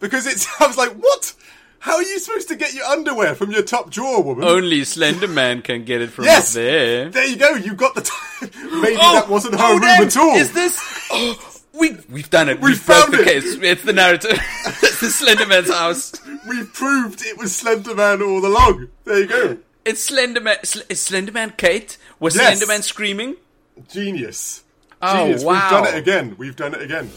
because it's. I was like, what? How are you supposed to get your underwear from your top drawer, woman? Only Slender Man can get it from Yes! up there. There you go. You got the. T- Maybe that wasn't her oh, room damn, at all. Is this? Oh, we we've done it. We have found broke the it. case. It's the narrative. it's the Slender Man's house. We proved it was Slender Man all along. There you go. It's Slender Man. Sl- is Slender Man Kate? Was Yes. Slender Man screaming? Genius. Oh, Genius. wow. We've done it again. We've done it again.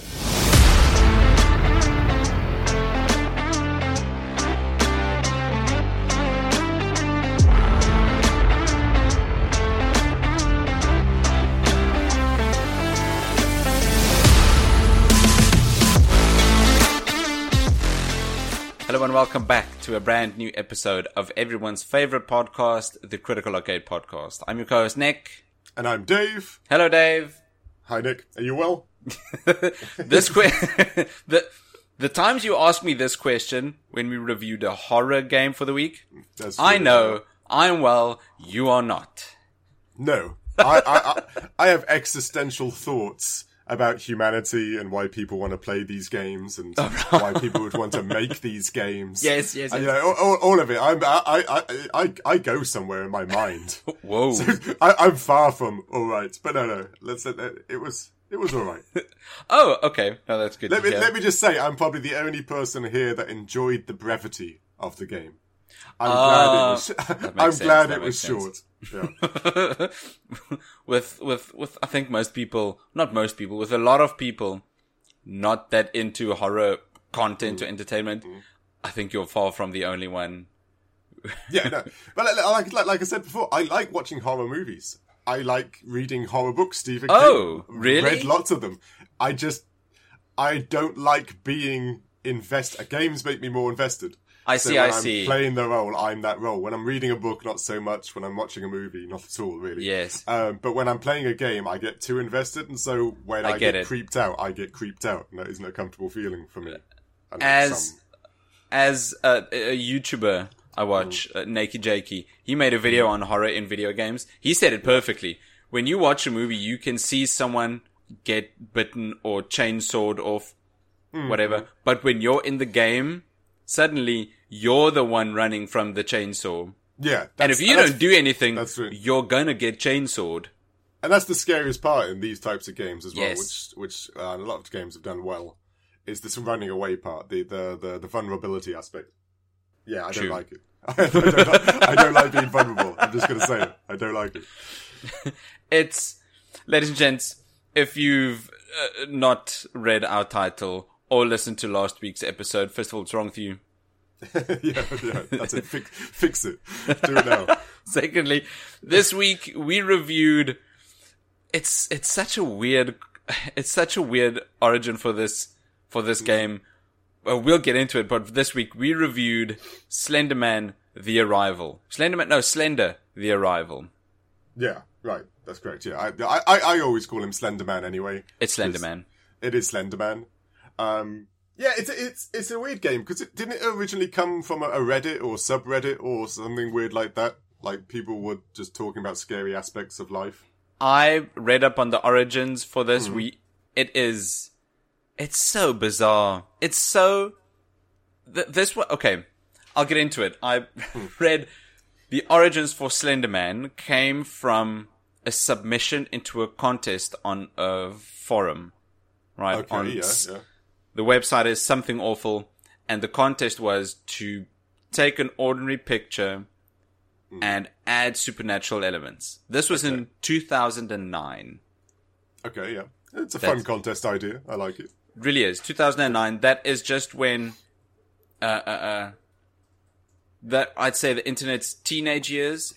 Hello and welcome back to a brand new episode of everyone's favorite podcast, the Critical Arcade Podcast. I'm your co-host Nick. And I'm Dave. Hello, Dave. Hi, Nick. Are you well? This que- the the times you asked me this question when we reviewed a horror game for the week, That's I true. know I'm well. You are not. No. I, I, I, I have existential thoughts about humanity and why people want to play these games and why people would want to make these games. Oh, Yes, yes, And, you yes. know, all, all, all of it. I'm, I, I, I, I, I go somewhere in my mind. Whoa. I, I'm far from all right, but no, no. Let's let that. It was. It was all right. oh, okay. No, that's good. Let to me hear. let me just say, I'm probably the only person here that enjoyed the brevity of the game. I'm glad it was. makes I'm sense, glad Ah, it that was makes short. Yeah. with with with I think most people, not most people, with a lot of people not that into horror content Mm. or entertainment, I think you're far from the only one. yeah, no. But like, like, like, like I said before, I like watching horror movies. I like reading horror books. Stephen Oh, King. really? Read lots of them. I just, I don't like being invest. Games make me more invested. I So see, when I I'm see. Playing the role, I'm that role. When I'm reading a book, not so much. When I'm watching a movie, not at all, really. Yes. Um, but when I'm playing a game, I get too invested, and so when I, get get, it. creeped out, I get creeped out, and that isn't a comfortable feeling for me. And As some- as a, a YouTuber I watch, uh, Naked Jakey, he made a video on horror in video games. He said it perfectly. When you watch a movie, you can see someone get bitten or chainsawed off, Mm-hmm. whatever. But when you're in the game, suddenly you're the one running from the chainsaw. yeah, And that's- if you that's- don't do anything, that's true. you're gonna get chainsawed. and that's the scariest part in these types of games as well, Yes. which which uh, a lot of games have done well, is this running away part, the the the, the vulnerability aspect. Yeah, I True. don't like it. I don't, like, I don't like being vulnerable. I'm just gonna say it. I don't like it. It's, ladies and gents, if you've uh, not read our title or listened to last week's episode, first of all, what's wrong with you? yeah, yeah, that's it. Fix, fix it. Do it now. Secondly, this week we reviewed. It's it's such a weird, it's such a weird origin for this for this game. Well, we'll get into it, but this week we reviewed Slenderman: The Arrival. Slenderman, no, Slender: The Arrival. Yeah, right. That's correct. Yeah, I I, I I always call him Slender Man anyway. It's Slenderman. It is Slender Man. Um, yeah, it's it's it's a weird game because it didn't it originally come from a, a Reddit or subreddit or something weird like that. Like people were just talking about scary aspects of life. I read up on the origins for Hmm. this. We it is it's so bizarre. It's so th- this one. Okay, I'll get into it. I Hmm. read the origins for Slenderman came from a submission into a contest on a forum, right? Okay, on E, yeah, s- yeah. the website is something awful, and the contest was to take an ordinary picture and add supernatural elements. This was in 2009. Okay, yeah. It's a That's- fun contest idea. I like it. Really is 2009. That is just when, uh, uh, uh, that I'd say the internet's teenage years.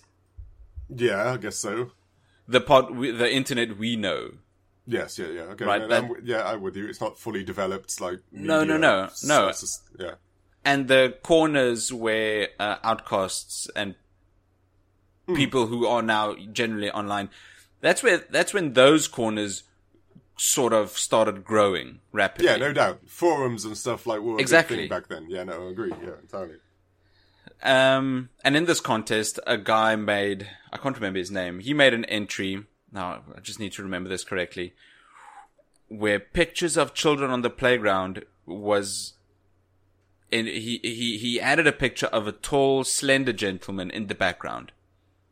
Yeah, I guess so. The pod, we, the internet we know. Yes, yeah, yeah. Okay, Right, no, no, that- I'm with- yeah, I'm with you. It's not fully developed. Like No, no, media. no, S- no. s- s- yeah, and the corners where uh, outcasts and Hmm. people who are now generally online that's where that's when those corners sort of started growing rapidly yeah, no doubt. Forums and stuff like were a big Exactly. thing back then. Yeah, no, I agree. Yeah, entirely. um and in this contest a guy made i can't remember his name he made an entry now i just need to remember this correctly where pictures of children on the playground was and he he he added a picture of a tall, slender gentleman in the background.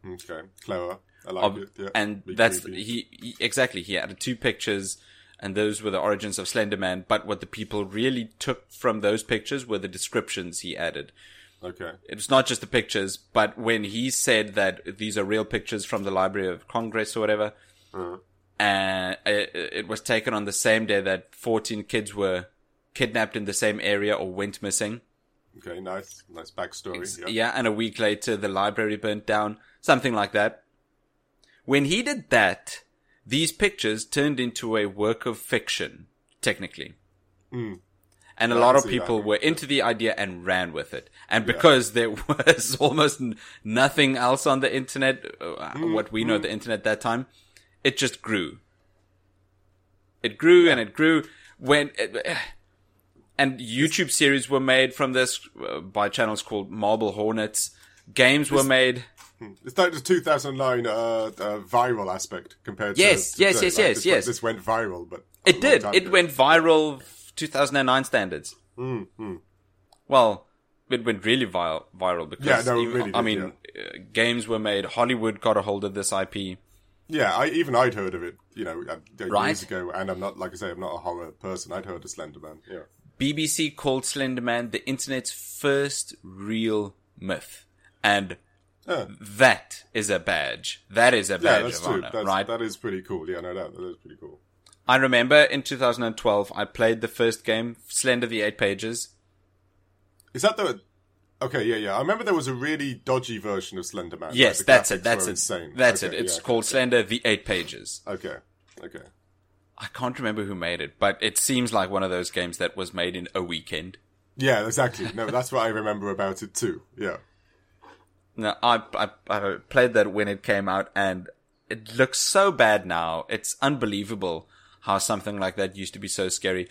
Okay, clever. I like Ob- it. Yeah. and Be that's creepy. he, he exactly he added two pictures and those were the origins of slenderman but what the people really took from those pictures were the descriptions he added okay. it's not just the pictures but when he said that these are real pictures from the library of congress or whatever Uh-huh. and it, it was taken on the same day that 14 kids were kidnapped in the same area or went missing Okay. Nice. Nice backstory. Ex- yeah. yeah, and a week later the library burnt down, something like that. When he did that, these pictures turned into a work of fiction, technically. And a Hmm. I lot of see that. people were into the idea and ran with it. And because there was almost n- nothing else on the internet, uh, Hmm. what we know of the internet that time, it just grew. It grew and it grew when uh, and YouTube series were made from this uh, by channels called Marble Hornets. Games were made. It's like the 2009 uh, uh, viral aspect compared Yes, to today. yes, yes, Like, yes, this yes. Went, this went viral, but a It long did. time It ago. Hmm, went viral. 2009 standards. Well, it went really viral. Viral because Yeah, no, it even- really I did, mean, uh, games were made. Hollywood got a hold of this IP. Yeah, I, even I'd heard of it, you know, uh, years Right. ago. And I'm not, like I say, I'm not a horror person. I'd heard of Slenderman. Yeah. BBC called Slenderman the internet's first real myth, and Yeah. that is a badge. That is a Yeah, badge that's of true. honor, That's, right? That is pretty cool. Yeah, no doubt. That is pretty cool. I remember in 2012, I played the first game, Slender the Eight Pages. Is that the? Okay, yeah, yeah. I remember there was a really dodgy version of Slenderman. like Yes, the that's graphics it. That's were it. Insane. That's Okay, it. It's yeah, called Slender the Eight Pages. Okay. Okay. I can't remember who made it, but it seems like one of those games that was made in a weekend. Yeah, exactly. No, that's what I remember about it too. Yeah. No, I, I I played that when it came out, and it looks so bad now. It's unbelievable how something like that used to be so scary,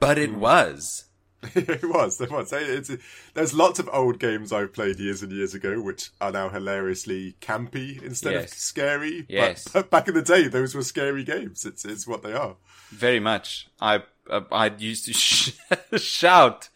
but it was. it was. It was. It's, there's lots of old games I've played years and years ago, which are now hilariously campy instead of Yes. scary. But- Yes. But, back in the day, those were scary games. It's it's what they are. Very much. I uh, I used to sh- shout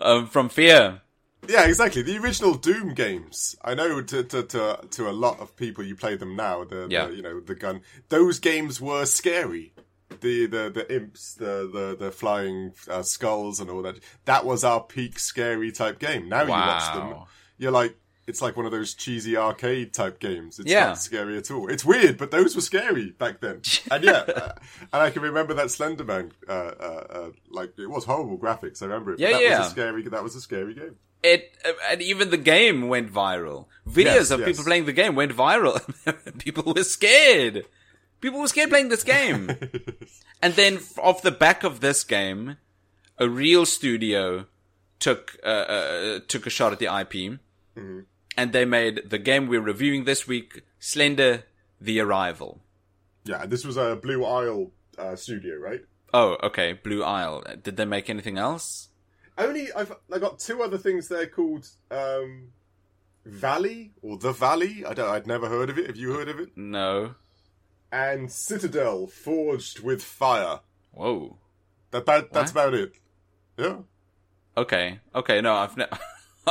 um, from fear. Yeah, exactly. The original Doom games. I know to to to, to a lot of people, you play them now. The, Yeah. the you know the gun. Those games were scary. The the the imps, the the the flying uh, skulls, and all that. That was our peak scary type game. Now you watch them, Wow. you're like. It's like one of those cheesy arcade type games. It's Yeah. not scary at all. It's weird, but those were scary back then. And yeah, uh, and I can remember that Slenderman. Uh, uh, uh, like it was horrible graphics. I remember it. but Yeah, that yeah. Was a scary. That was a scary game. it uh, and even the game went viral. Videos Yes, of yes. people playing the game went viral. people were scared. People were scared playing this game. and then f- off the back of this game, a real studio took uh, uh, took a shot at the IP, Mm-hmm. and they made the game we're reviewing this week, Slender: The Arrival. Yeah, and this was a Blue Isle uh, studio, right? Oh, okay, Blue Isle. Uh, Did they make anything else? Only I've I got two other things there called um, Valley or the Valley. I don't. I'd never heard of it. Have you heard of it? No. And Citadel Forged with Fire. Whoa. That, that that's about it. Yeah. Okay. Okay. No, I've never.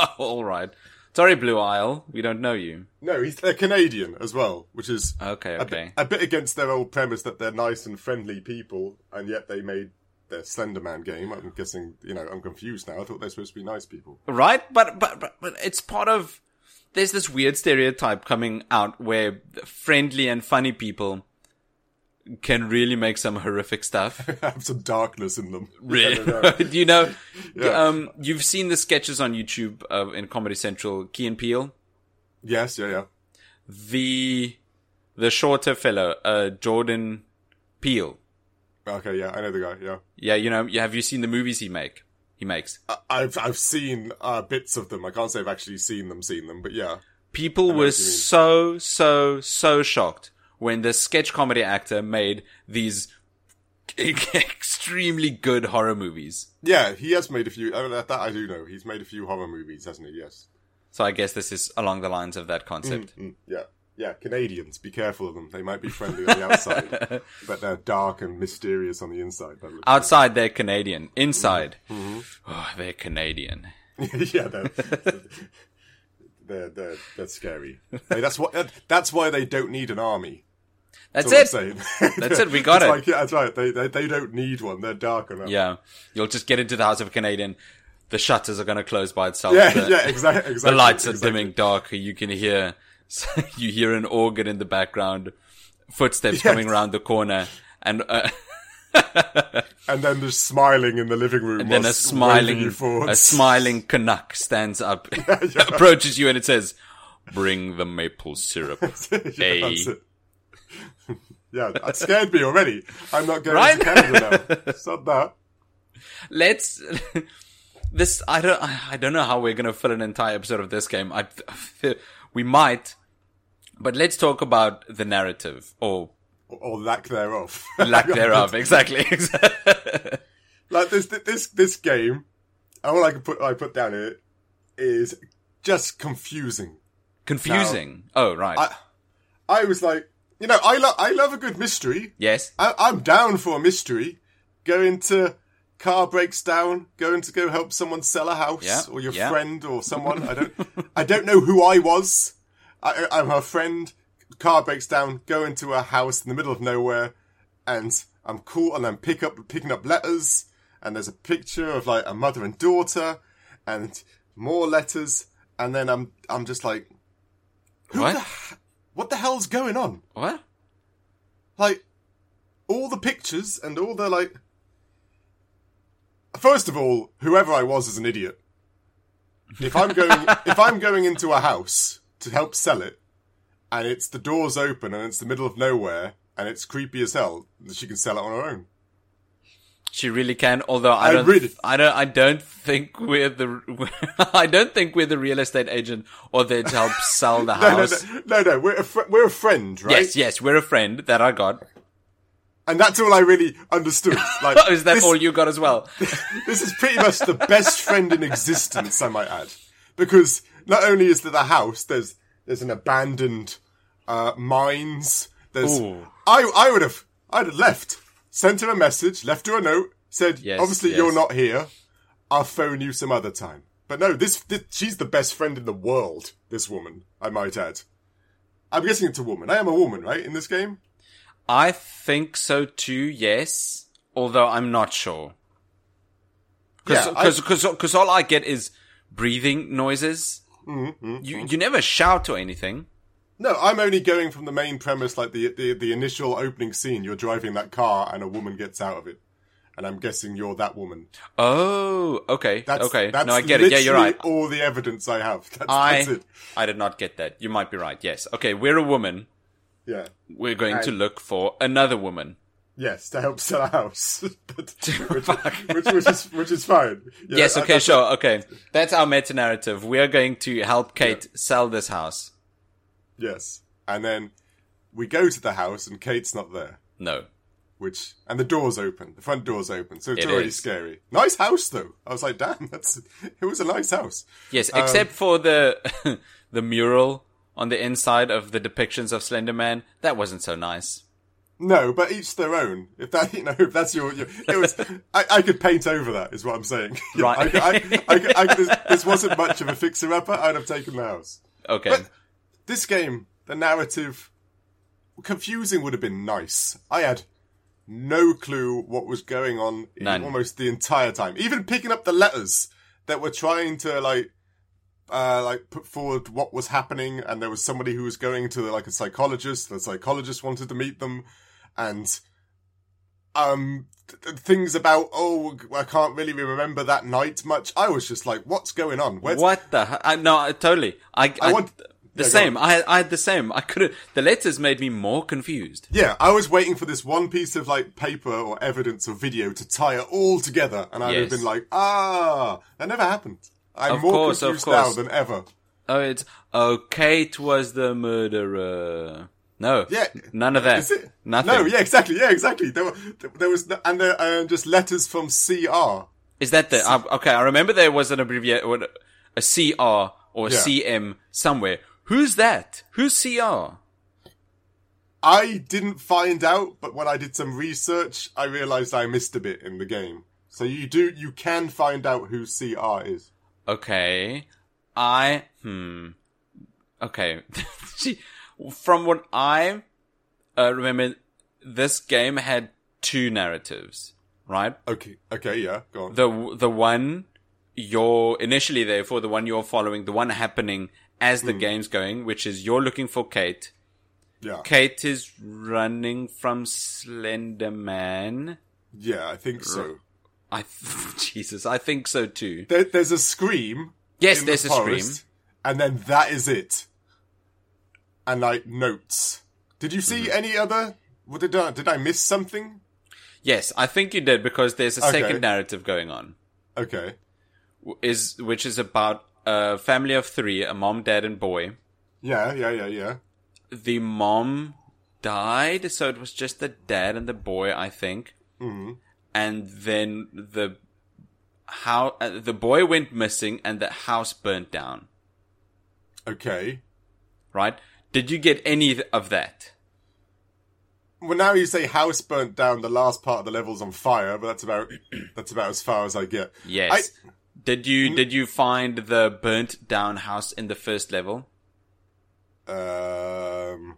All right. Sorry, Blue Isle. We don't know you. No, he's they're Canadian as well, which is Okay. a, bit, Okay. a bit against their old premise that they're nice and friendly people, and yet they made their Slenderman game. I'm guessing. You know, I'm confused now. I thought they're supposed to be nice people. Right. But, but but but it's part of. There's this weird stereotype coming out where friendly and funny people can really make some horrific stuff. Have some darkness in them. I don't know. Really? you know, Yeah. um, you've seen the sketches on YouTube uh, in Comedy Central, Key and Peele. Yes, yeah, yeah. The the shorter fellow, uh, Jordan Peele. Okay, yeah, I know the guy. Yeah, Yeah, you know, have you seen the movies he make? He makes. I- I've I've seen uh, bits of them. I can't say I've actually seen them, seen them, but yeah, People what you were mean. so, so, so shocked when the sketch comedy actor made these extremely good horror movies. yeah, he has made a few. I mean, that, that I do know. He's made a few horror movies, hasn't he? Yes. So I guess this is along the lines of that concept. Mm, yeah, yeah. Canadians, be careful of them. They might be friendly on the outside, but they're dark and Ah. mysterious on the inside. That looks- Mm. Mm-hmm. Outside, they're Canadian. Inside, oh, they're Canadian. yeah, they're, they're, they're, they're scary. Hey, that's what. that- That's why they don't need an army. That's That's it. what I'm saying. That's it, we got It's it. like, yeah, that's right. They, they they don't need one. They're dark enough. Yeah, you'll just get into the house of a Canadian. The shutters are going to close by itself. yeah, the, yeah, exactly. the exactly lights are exactly. dimming darker. You can hear you hear an organ in the background, footsteps coming around the corner, and uh, and then there's smiling in the living room. then a whilst waving smiling you a forwards. smiling Canuck stands up, approaches you, and it says, "Bring the maple syrup." yeah, a- that's it. yeah, that scared me already. I'm not going Right? to Canada now. It's not that. let's this i don't i I don't know how we're gonna fill an entire episode of this game i we might but let's talk about the narrative or Or lack thereof. lack thereof exactly like this, this, this game. All I can put, I put down it is just confusing. confusing oh right I- I was like, you know, I love, I love a good mystery. yes I, I'm down for a mystery. Going to car breaks down. Going to go help someone sell a house Yeah, or your yeah. friend or someone. I don't. I don't know who I was. I, I'm her friend. Car breaks down. Go into a house in the middle of nowhere, and I'm caught and I'm pick up picking up letters. And there's a picture of like a mother and daughter, and more letters. And then I'm I'm just like, who What? the h- what the hell's going on? what like all the pictures and all the like first of all whoever i was is an idiot if i'm going if i'm going into a house to help sell it and it's the doors open and it's the middle of nowhere and it's creepy as hell that she can sell it on her own she really can although i I don't really- i don't i don't think we're the i don't think we're the real estate agent or there to help sell the no no house no no, no we're, a fr- we're a friend right yes yes we're a friend that i got and that's all i really understood like is that this, all you got as well this is pretty much the best friend in existence, I might add, because not only is there the house, there's there's an abandoned uh, mines. There's Ooh. I I would have I'd have left, sent her a message, left her a note, said Yes, obviously yes. you're not here, I'll phone you some other time. But no, this, this she's the best friend in the world. This woman, I might add. I'm guessing it's a woman. I am a woman, right? In this game, I think so too, yes. Although I'm not sure. Because Yeah, I- all I get is breathing noises. Mm-hmm, You, you never shout or anything. No, I'm only going from the main premise, like the, the the initial opening scene. You're driving that car, and a woman gets out of it, and I'm guessing you're that woman. Oh, okay. That's, okay. That's no, I get it. Yeah, you're right. literally All the evidence I have. That's, that's I, it. I did not get that. You might be right. Yes. Okay. We're a woman. Yeah. We're going to look for another woman. Yes, to help sell a house, but, which, which, which is which is fine. Yeah, yes. Uh, I- Okay. that's- Sure. Okay. That's our meta narrative. We are going to help Kate sell this house. Yes, and then we go to the house, and Kate's not there. No. Which and the door's open, the front door's open, so it's It already is. scary. Nice house though. I was like, damn, that's it was a nice house. Yes, Um, except for the the mural on the inside of the depictions of Slender Man. That wasn't so nice. No, but each their own. If that, you know, if that's your, your it was, I, I could paint over that, is what I'm saying. You know, Right. I, I, I, could- I could- this, this wasn't much of a fixer-upper. I'd have taken the house. Okay. But this game, the narrative, confusing would have been nice. I had no clue what was going on in None. almost the entire time. Even picking up the letters that were trying to like, uh, like put forward what was happening, and there was somebody who was going to like a psychologist. The psychologist wanted to meet them, and um th- th- things about oh I can't really remember that night much. I was just like, what's going on? Where's what the? hu- I, no, I, totally. I, I, want- Yeah, the go same. I I had the same. I could. The letters made me more confused. Yeah, I was waiting for this one piece of like paper or evidence or video to tie it all together, and I'd have Yes. been like, ah, that never happened. I'm Of more course, of confused course. now than ever. Oh, it's oh, Kate was the murderer. No, Yeah. none of that. Is it? Nothing. No, yeah, exactly, yeah, exactly. There, were, there was, no, and there uh, just letters from CR. Is that the? I, okay, I remember there was an abbreviation, a CR or Yeah. CM somewhere. Who's that? Who's CR? I didn't find out, but when I did some research, I realized I missed a bit in the game. So you do, you can find out who CR is. Okay. I hmm. Okay. she from what I uh, remember this game had two narratives, right? Okay, okay, yeah, go on. The the one you're initially there for, the one you're following, the one happening as Hmm. the game's going, which is you're looking for Kate. yeah, Kate is running from Slender Man. yeah, I think so. I Jesus, I think so too. There, there's a scream. Yes, in there's the a scream. forest, and then that is it. And like notes. Did you see Mm-hmm. any other? What did I, did I miss something? Yes, I think you did because there's a Okay. second narrative going on. Okay. w- Is which is about a family of three, a mom, dad, and boy. Yeah, yeah, yeah, yeah. The mom died, so it was just the dad and the boy, I think. Mhm. And then the how uh, the boy went missing, and the house burnt down. Okay. Right? Did you get any th- of that? Well, now you say house burnt down. The last part of the level's on fire, but that's about that's about as far as I get. Yes. did you did you find the burnt down house in the first level? Um,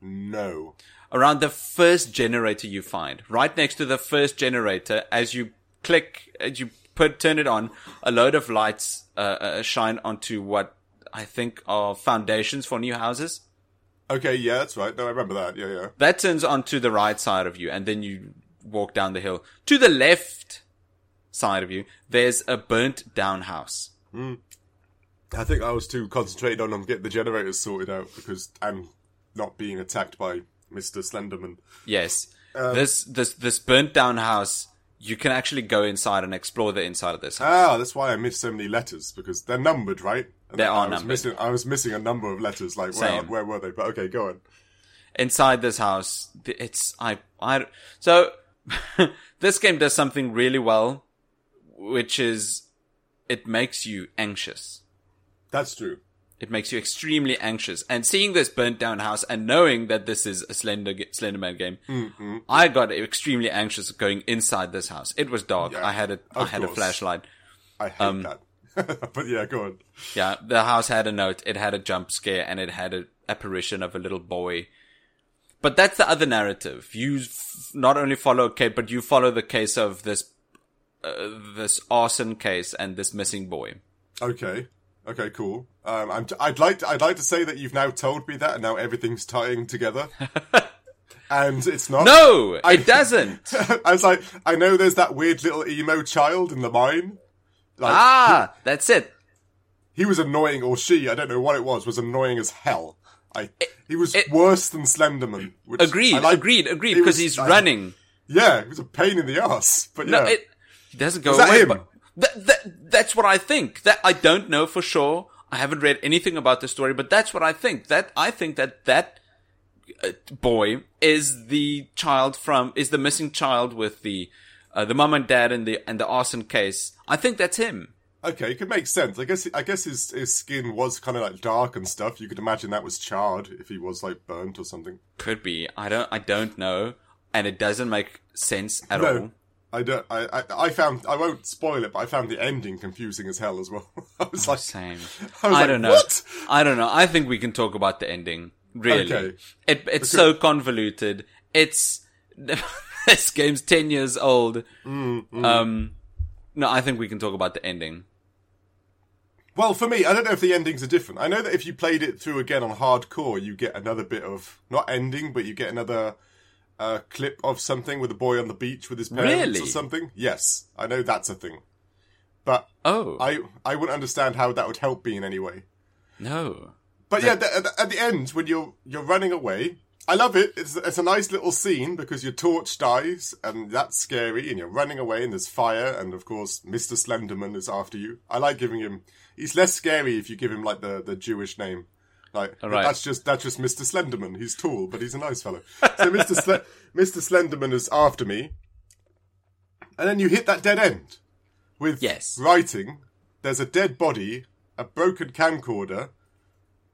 no. around the first generator you find, right next to the first generator, as you click, as you put, turn it on, a load of lights uh, uh, shine onto what I think are foundations for new houses. Okay, yeah, that's right. No, I remember that. Yeah, yeah. That turns onto the right side of you, and then you walk down the hill. To the left side of you, there's a burnt down house. I think I was too concentrated on, on getting the generators sorted out because and not being attacked by Mister Slenderman. Yes. this this this burnt down house. You can actually go inside and explore the inside of this house. Ah, that's why I missed so many letters because they're numbered, right? And They I are was numbered. Missing, I was missing a number of letters. Like, where, Same. where were they? But okay, go on. inside this house. th- It's I I so this game does something really well, which is it makes you anxious. That's true. It makes you extremely anxious. And seeing this burnt down house and knowing that this is a Slender g- Slenderman game, Mm-hmm. I got extremely anxious going inside this house. It was dark. Yeah, I had a I of had a course. flashlight. I hate Um, that. but yeah, go on. Yeah, the house had a note. It had a jump scare, and it had an apparition of a little boy. But that's the other narrative. You f- not only follow Kate, but you follow the case of this uh, this arson case and this missing boy. Okay. Okay, cool. Um, I'm t- I'd like to, I'd like to say that you've now told me that, and now everything's tying together. and it's not. No, it doesn't. I was like, I know there's that weird little emo child in the mine. Like, ah, that's it. he was annoying, or she, I don't know what it was, was annoying as hell. I, he was it- worse than Slenderman. Which Agreed, I like- agreed, agreed. it Because was- he's I- running. Yeah, it was a pain in the ass. But yeah, No, it he doesn't go that away. him? But that, that, that's what I think. That I don't know for sure. I haven't read anything about the story, but that's what I think. That I think that that uh, boy is the child from is the missing child with the uh, the mum and dad and the and the arson case. I think that's him. okay, it could make sense. I guess I guess his his skin was kind of like dark and stuff. You could imagine that was charred if he was like burnt or something. Could be. I don't. I don't know. And it doesn't make sense at all. No, I don't. I, I I found I won't spoil it, but I found the ending confusing as hell as well. I was like, Same. I I, was like, don't know. "What?" I don't know. I think we can talk about the ending. Really, Okay. it, it's so convoluted. It's this game's ten years old. Mm, Um, no, I think we can talk about the ending. Well, for me, I don't know if the endings are different. I know that if you played it through again on hardcore, you get another bit of not ending, but you get another uh, clip of something with a boy on the beach with his parents or Really? something. Yes, I know that's a thing, but Oh I I wouldn't understand how that would help me in any way. no! But yeah, th- at the- at the end when you're you're running away, I love it. It's it's a nice little scene because your torch dies and that's scary, and you're running away and there's fire, and of course Mr. Slenderman is after you. I like giving him. He's less scary if you give him like the, the Jewish name. Like All right. that's just that's just Mr. Slenderman. He's tall, but he's a nice fellow. So Mr. Sle- Mr. Slenderman is after me, and then you hit that dead end with Yes. writing. There's a dead body, a broken camcorder,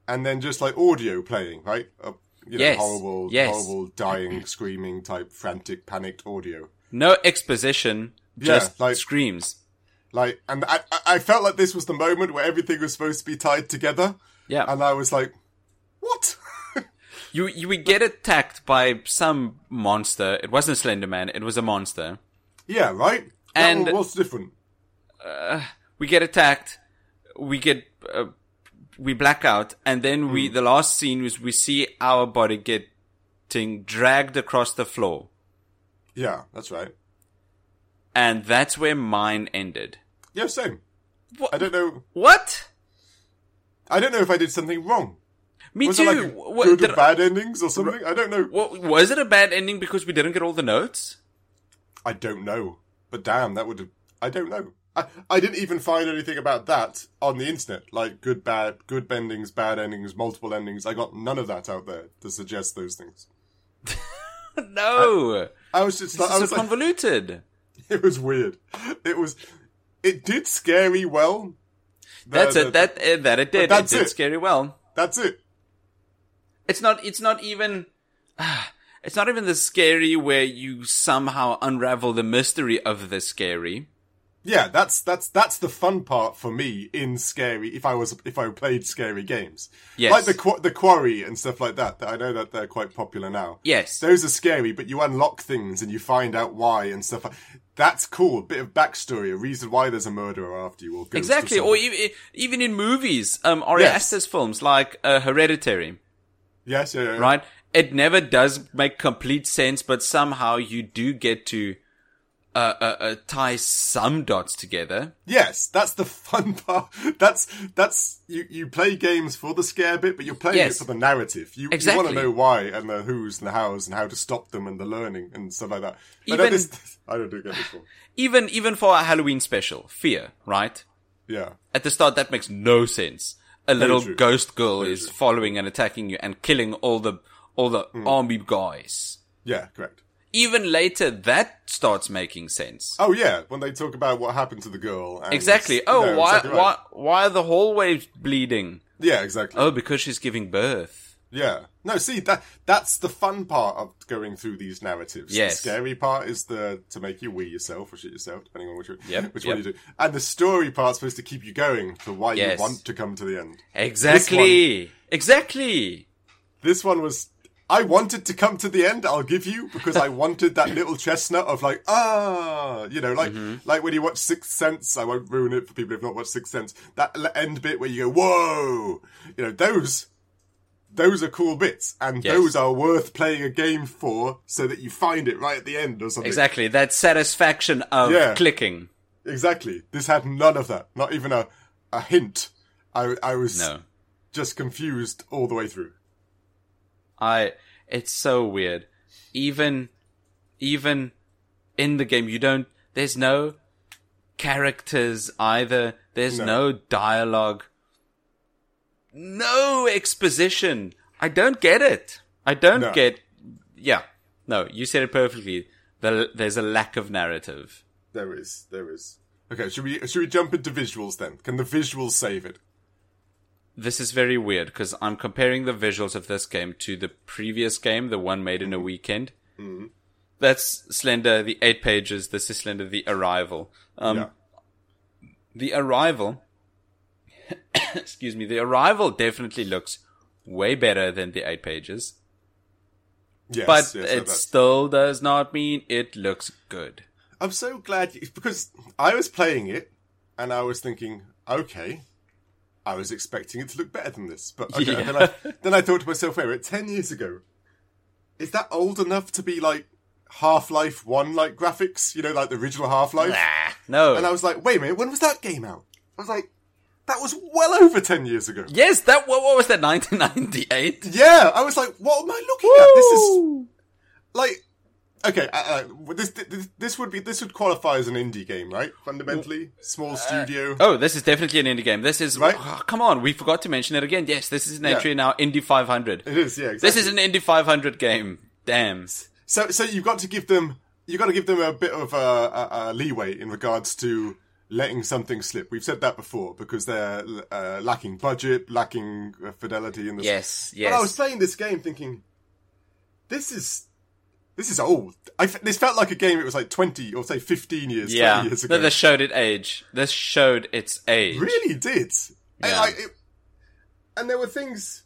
and then just like audio playing, right? A, you know, Yes. horrible, Yes. horrible, dying, screaming type, frantic, panicked audio. No exposition. Yeah, Just like- screams. Like, and I, I- I felt like this was the moment where everything was supposed to be tied together, Yeah. and I was like, "What?" You you we get attacked by some monster. It wasn't Slender Man. It was a monster. yeah, right. And- That was different. We get attacked. We get uh, we black out, and then we the last scene was we see our body getting dragged across the floor, Yeah, that's right. and that's where mine ended. Yeah, same. What? I don't know. What? I don't know if I did something wrong. Me Was too. it like a Wha- good did or I- bad endings or something? I don't know. What, was it a bad ending because we didn't get all the notes? I don't know. But damn, that would have. I don't know. I, I didn't even find anything about that on the internet. Like good, bad, good endings, bad endings, multiple endings. I got none of that out there to suggest those things. No, I was just like, I it's was so like, convoluted. it was weird. It was, it did scary well. That's The- it. That uh, that it did. that's it did it. scary well. that's it. It's not. It's not even. It's not even the scary where you somehow unravel the mystery of the scary. Yeah, that's that's that's the fun part for me in scary. If I was if I played scary games, Yes. like the Qu- the quarry and stuff like that. that I know that they're quite popular now. Yes. those are scary, but you unlock things and you find out why and stuff. like That's cool. A bit of backstory, a reason why there's a murderer after you, or ghost exactly. or, Or something. even, even in movies, um, Ari Yes. Aster's films like uh, Hereditary, yes, yeah, yeah, yeah. right? It never does make complete sense, but somehow you do get to uh, uh, uh, tie some dots together. Yes, that's the fun part. That's that's you. You play games for the scare bit, but you're playing Yes. it for the narrative. You, you Exactly. want to know why and the who's and the hows and how to stop them and the learning and stuff like that. I know Even- this, I don't do get this one. Even even for our Halloween special, Fear, right? Yeah, at the start that makes no sense. A little true. Mm. ghost girl is following and attacking you and killing all the all the army guys. yeah, correct. Even later that starts making sense. Oh yeah, when they talk about what happened to the girl. And, exactly. Oh, No, why exactly right. why why are the hallways bleeding? Yeah, exactly. Oh, because she's giving birth. Yeah. No, see that that's the fun part of going through these narratives. Yes. The scary part is the to make you wee yourself or shit yourself, depending on which Yep, which yep. one you do. And the story part's supposed to keep you going for why Yes. you want to come to the end. Exactly. Exactly. This one was I wanted to come to the end, I'll give you, because I wanted that little chestnut of like, ah, you know, like Mm-hmm. like when you watch Sixth Sense, I won't ruin it for people who've not watched Sixth Sense, that l- end bit where you go, whoa, you know, those, those are cool bits, and Yes. those are worth playing a game for so that you find it right at the end or something. Exactly. That satisfaction of Yeah. clicking. Exactly. This had none of that, not even a, a hint. I, I was No. just confused all the way through. I it's so weird. Even even in the game you don't there's no characters either. There's no, dialogue. No exposition. I don't get it. I don't No. get yeah. No, you said it perfectly. The, there's a lack of narrative. There is, there is. Okay, should we should we jump into visuals then? Can the visuals save it? This is very weird because I'm comparing the visuals of this game to the previous game, the one made in a weekend. Mm-hmm. That's Slender, the eight pages. This is Slender, the arrival. Um, Yeah. The arrival, excuse me, the arrival definitely looks way better than the eight pages, Yes, but yes, it that's- still does not mean it looks good. I'm so glad you, because I was playing it and I was thinking, okay, I was expecting it to look better than this, but okay. And then I then I thought to myself, wait, a minute, ten years ago, is that old enough to be like Half Life One like graphics? You know, like the original Half Life. No. And I was like, wait a minute, when was that game out? I was like, that was well over ten years ago. yes, that what, what was that? 1998. Yeah, I was like, what am I looking at? This is like okay uh, uh, this, this this would be this would qualify as an indie game right fundamentally small studio Oh, this is definitely an indie game. This is Right? oh, come on, we forgot to mention it again. Yes, this is an entry now, Indie 500. it is yeah exactly. This is an Indie 500 game. Damn. so so you've got to give them you've got to give them a bit of uh, uh, uh, leeway in regards to letting something slip we've said that before because they're uh, lacking budget lacking uh, fidelity in the Yes, But I was yes. playing this game thinking, this is This is old. I f- this felt like a game. It was like twenty or say fifteen years, yeah, twenty years ago. no, this showed it age. This showed its age. really did. And, Yeah. like, it- and there were things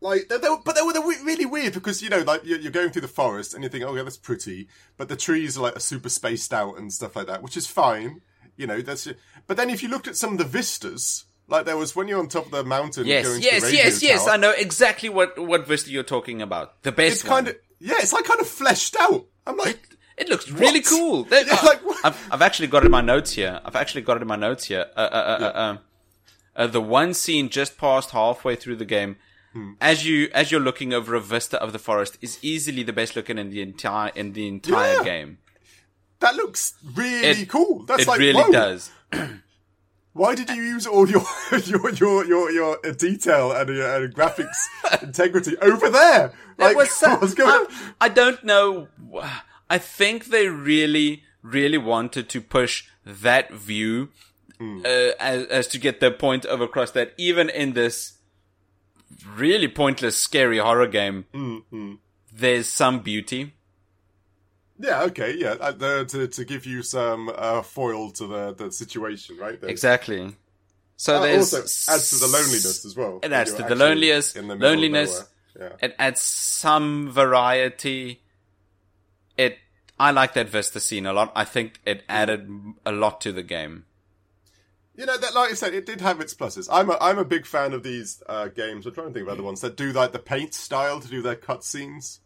like, there, there were, but they were, they were really weird because you know, like you're, you're going through the forest and you think, oh yeah, that's pretty, but the trees are like are super spaced out and stuff like that, which is fine. You know, that's. But then if you looked at some of the vistas, like there was when you're on top of the mountain, Yes, going to yes, the radio yes, yes. tower, I know exactly what what vista you're talking about. The best it's one. kind of yeah, it's like kind of fleshed out. I'm like, It looks really What? cool. They- Yeah, uh, like, what? I've, I've actually got it in my notes here. I've actually got it in my notes here. Uh, uh, uh, uh, uh, uh, the one scene just past halfway through the game, Hmm. as you as you're looking over a vista of the forest, is easily the best looking in the entire in the entire Yeah. game. that looks really It- cool. That's it like really whoa. does. Why did you use all your your your your, your uh, detail and your uh, graphics integrity over there? It was Um, so- what's going on? I, I don't know. I think they really, really wanted to push that view Hmm. uh, as, as to get their point over across that even in this really pointless, scary horror game, Hmm. Mm-hmm. there's some beauty. Yeah, okay, yeah, uh, the- to to give you some uh, foil to the the situation, right? There's- Exactly. So That there's also adds to the loneliness as well. It when adds you're to the actually loneliness- in the middle of loneliness. nowhere. Yeah. It adds some variety. It. I like that Vista scene a lot. I think it added a lot to the game. You know that, like I said, it did have its pluses. I'm a, I'm a big fan of these uh, games. I'm trying to think of other ones that do like the paint style to do their cutscenes.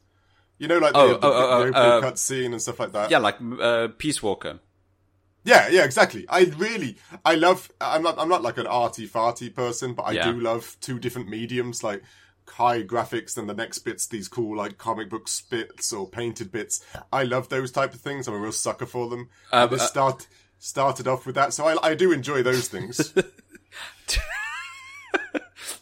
You know, like Oh, the, the, oh, oh, the oh, opening uh, cutscene and stuff like that. Yeah, like uh, Peace Walker. Yeah, yeah, exactly. I really, I love. I'm not, I'm not like an arty farty person, but I Yeah. do love two different mediums, like high graphics, and the next bits these cool like comic book bits or painted bits. I love those type of things. I'm a real sucker for them. and this start started off with that, so I, I do enjoy those things.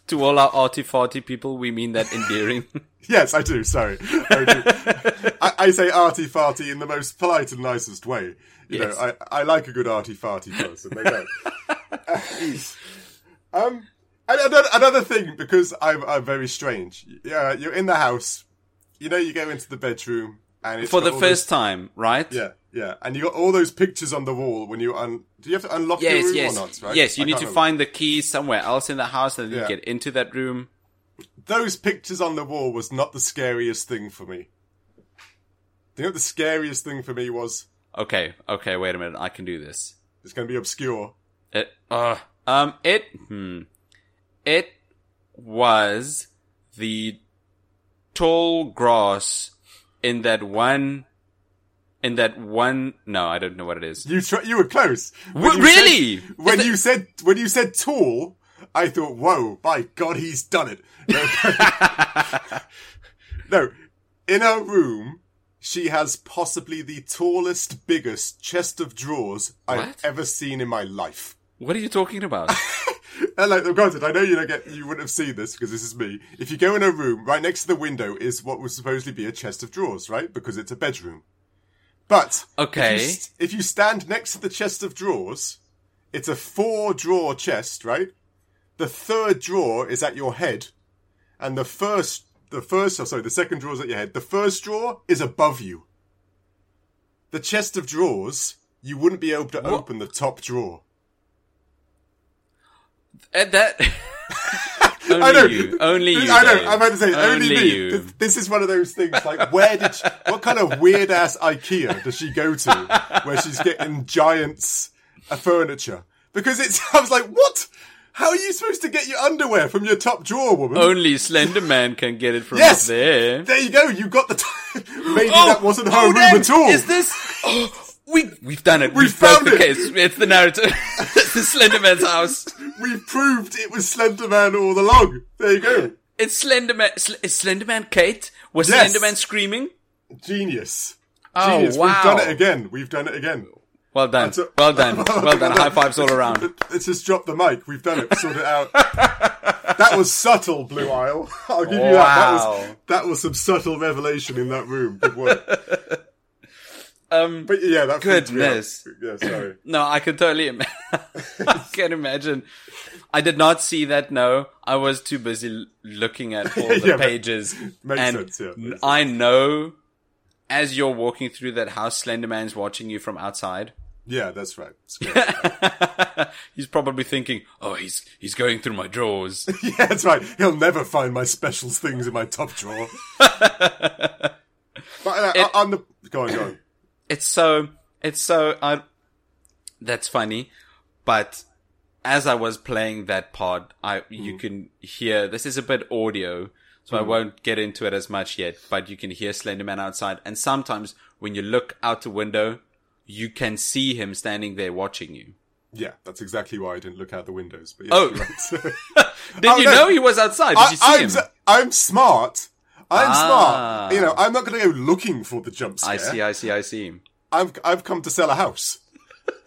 To all our arty farty people, we mean that endearing. yes, I do. Sorry, I, do. I, I say arty farty in the most polite and nicest way. You Yes. know, I, I like a good arty farty person. They know. Um, and another, another thing, because I'm, I'm very strange. Yeah, you're in the house. You know, you go into the bedroom, and it's For got the all first time, right? those- yeah, yeah, and you got all those pictures on the wall. When you un, do you have to unlock your Yes, room yes. or not? Right? Yes, you I need can't to remember. find the keys somewhere else in the house and then Yeah. you get into that room. those pictures on the wall was not the scariest thing for me. Do you know what the scariest thing for me was? Okay, okay, wait a minute. I can do this. It's going to be obscure. It, uh, Ah. um, it, hmm. It was the tall grass in that one, in that one, no, I don't know what it is. You tr- you were close. When Wh- you really? said- when you said when you said tall, I thought, "Whoa, by God, he's done it." No. no, in her room, she has possibly the tallest, biggest chest of drawers I've What? ever seen in my life. What are you talking about? And like, granted, I know you don't get, you wouldn't have seen this because this is me. If you go in a room, right next to the window is what would supposedly be a chest of drawers, right? Because it's a bedroom. But Okay. if you, st- if you stand next to the chest of drawers, it's a four drawer chest, right? The third drawer is at your head, and the first, the first, oh, sorry, the second drawer is at your head. The first drawer is above you. The chest of drawers, you wouldn't be able to open the top drawer. And Uh, that. only I know. you. Only you. I know. Dave. I'm about to say only, me. you. Th- This is one of those things. Like, where did? She, what kind of weird ass IKEA does she go to where she's getting giants uh, furniture? Because it's. I was like, what? How are you supposed to get your underwear from your top drawer, woman? Only Slender Man can get it from Yes! up there. There you go. You got the. T- Maybe that wasn't her oh, room Dan, at all. Is this? Oh, we we've done it. We have found broke the it. case. It's the narrative. it's the Slender Man's house. We proved it was Slender Man all along. There you go. It's Slender Man. Sl- is Slender Man Kate? Was Yes. Slender Man screaming? Genius. Oh, Genius. wow. We've done it again. We've done it again. Well done. So- well done. Well done. High fives all around. Let's just drop the mic. We've done it. Sort it out. that was subtle, Blue Isle. I'll give you that. That was, Wow. that was some subtle revelation in that room. Good work. Um, but yeah, that freaked me out. goodness. Yeah, sorry. No, I can totally. Im- I can imagine. I did not see that. No, I was too busy l- looking at all the Yeah, but- pages. makes and sense, yeah, makes I know as you're walking through that house, Slender Man's watching you from outside. Yeah, that's right. Scary. he's probably thinking, "Oh, he's he's going through my drawers." yeah, that's right. He'll never find my specials things in my top drawer. but uh, It- on the go on, go on. it's so it's so I that's funny, but as I was playing that part, I Mm. you can hear this is a bit audio, so I won't get into it as much yet, but you can hear Slenderman outside and sometimes when you look out the window, you can see him standing there watching you. Yeah, that's exactly why I didn't look out the windows. But yeah, Oh. you're right. Did Oh, you no. know he was outside? Did you see I, him? am I'm smart. I'm Ah. smart. You know, I'm not going to go looking for the jump scare. I see, I see, I see. I've I've come to sell a house.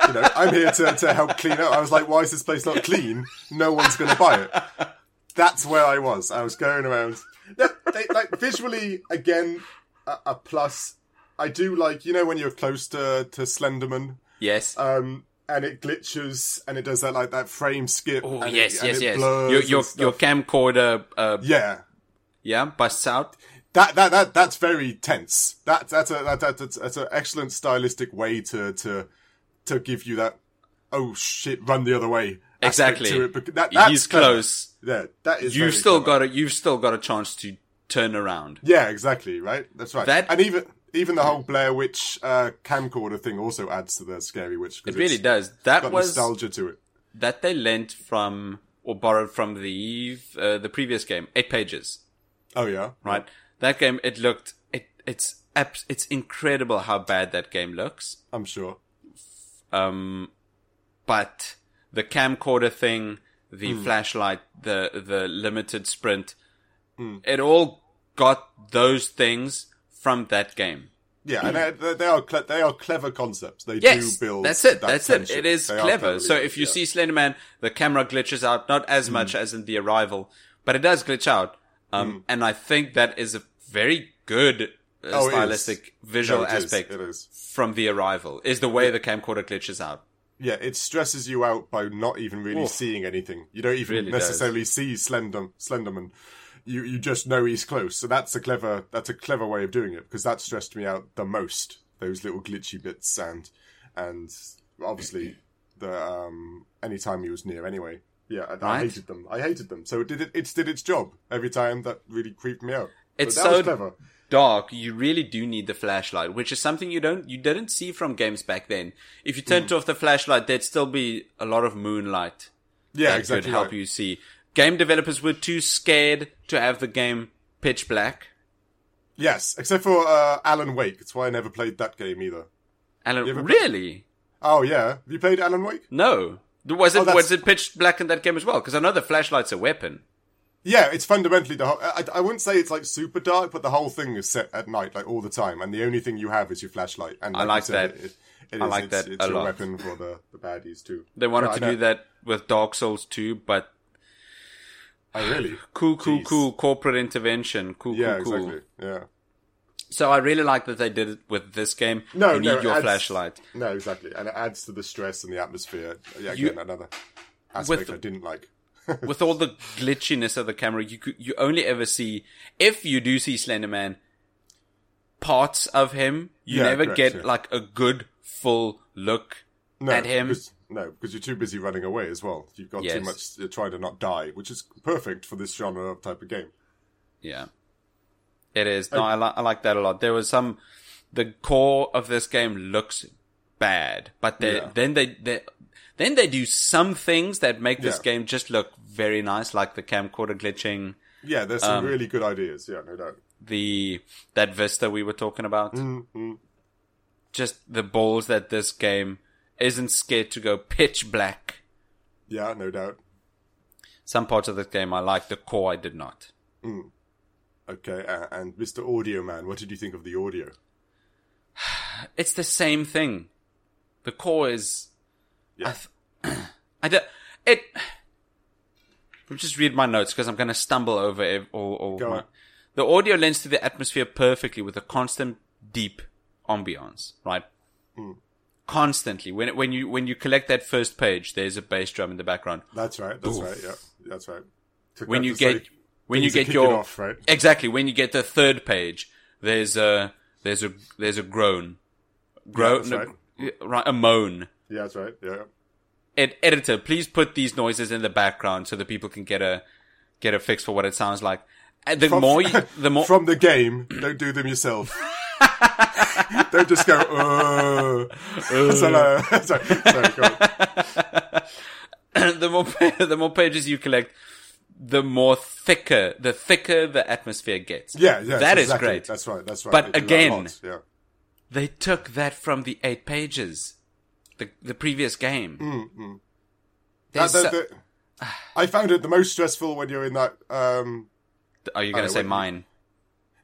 You know, I'm here to, to help clean up. I was like, why is this place not clean? No one's going to buy it. That's where I was. I was going around. No, they, like visually, again, a, a plus. I do like you know when you're close to to Slenderman, Yes. um, and it glitches and it does that like that frame skip. oh, and yes, it, and yes, it yes. blurs Your and your stuff. your camcorder uh yeah. yeah, busts out. That that that that's very tense. That that's a that, that that's, that's an excellent stylistic way to to to give you that. Oh shit! Run the other way. aspect Exactly. To it, because that, that's he's clever. close. Yeah, that is. you've very still clever. got a you've still got a chance to turn around. Yeah, exactly. Right. That's right. That- Mm. and even even the whole Blair Witch uh, camcorder thing also adds to the scary witch. 'cause It really it's does. That Got was nostalgia to it. that they lent from or borrowed from the uh, the previous game, eight pages, Oh yeah. right? That game it looked it it's abs- it's incredible how bad that game looks. I'm sure. Um, but the camcorder thing, the Hmm. flashlight, the the limited sprint, Hmm. it all got those things from that game. Yeah, and they, they are cle- they are clever concepts. They Mm. Yes, do build. that's it. that that's tension. it. It is They are clever. cleverly So done, if you yeah. Mm. see Slender Man, the camera glitches out, not as much as in the Arrival, but it does glitch out. Mm. Um, and I think that is a very good uh, Oh, it is. stylistic visual No, it is. aspect it is. from the Arrival is the way the camcorder glitches out. Yeah, it stresses you out by not even really Oof. seeing anything. You don't even Really does. necessarily see Slender Slenderman. You you just know he's close. So that's a clever that's a clever way of doing it because that stressed me out the most. Those little glitchy bits and and obviously the um any time he was near anyway. Yeah, I, I Right. hated them. I hated them. So it did it, it did its job every time. That really creeped me out. But It's that so was clever. dark, you really do need the flashlight, which is something you don't you didn't see from games back then. If you Mm. turned off the flashlight, there'd still be a lot of moonlight Yeah, that exactly. could help right. you see. Game developers were too scared to have the game pitch black. Yes, except for uh, Alan Wake. That's why I never played that game either. Alan, ever play- really? Oh yeah, have you played Alan Wake? No. Was it Oh, that's- was it pitch black in that game as well? Because I know the flashlight's a weapon. Yeah, it's fundamentally the whole. I, I wouldn't say it's like super dark, but the whole thing is set at night, like all the time, and the only thing you have is your flashlight. And I you like said, that. It, it I is- like it's, that It's a your lot. weapon for the, the baddies too. They wanted No, I to know. do that with Dark Souls 2, but Oh, really? cool, cool, Jeez. cool corporate intervention. Cool, Yeah, cool, cool. exactly. Yeah. So I really like that they did it with this game. No, you need no, it your adds- flashlight. No, exactly, and it adds to the stress and the atmosphere. Yeah, again, another aspect With- I didn't like. with all the glitchiness of the camera, you could, you only ever see if you do see Slender Man parts of him. You Yeah, never correct, get yeah. like a good full look No, at him. Because, no, because you're too busy running away as well. You've got too Yes. much. You're trying to not die, which is perfect for this genre of type of game. Yeah, it is. No, I, li- I like that a lot. There was some. The core of this game looks bad, but they, Yeah. then they, they then they do some things that make this Yeah. game just look very nice, like the camcorder glitching, Yeah, there's Um, some really good ideas. Yeah, no doubt. the that vista we were talking about. Mm-hmm. just the balls that this game isn't scared to go pitch black. Yeah, no doubt. Some parts of this game I like, the core I did not. Okay, uh, and Mr. Audio Man, what did you think of the audio? It's the same thing. The core is. Yeah. I, th- I don't. It. I'll just read my notes because I'm going to stumble over ev- all. all Go my- on. The audio lends to the atmosphere perfectly with a constant deep ambiance, right? Hmm. Constantly, when it- when you when you collect that first page, there's a bass drum in the background. That's right. That's right. Yeah, that's right. Took when that you to get say when you things are get kicking your off, right? exactly when you get the third page, there's a There's a there's a groan, groan, that's right. no, right, a moan. Yeah, that's right. Yeah. Ed- editor, please put these noises in the background so that people can get a get a fix for what it sounds like. And the more, you, the more, From the game, don't do them yourself. don't just go. Oh. Uh. so, no, sorry, sorry, go on. the more, pa- the more pages you collect, the more thicker, the thicker the atmosphere gets. Yeah, yeah, That is exactly. great. That's right. That's right. But They do that a again- lot, yeah. They took that from the eight pages, the the previous game. That- There's that- so- that- I found it the most stressful when you're in that. Um, Are you going to Oh, say wait. mine?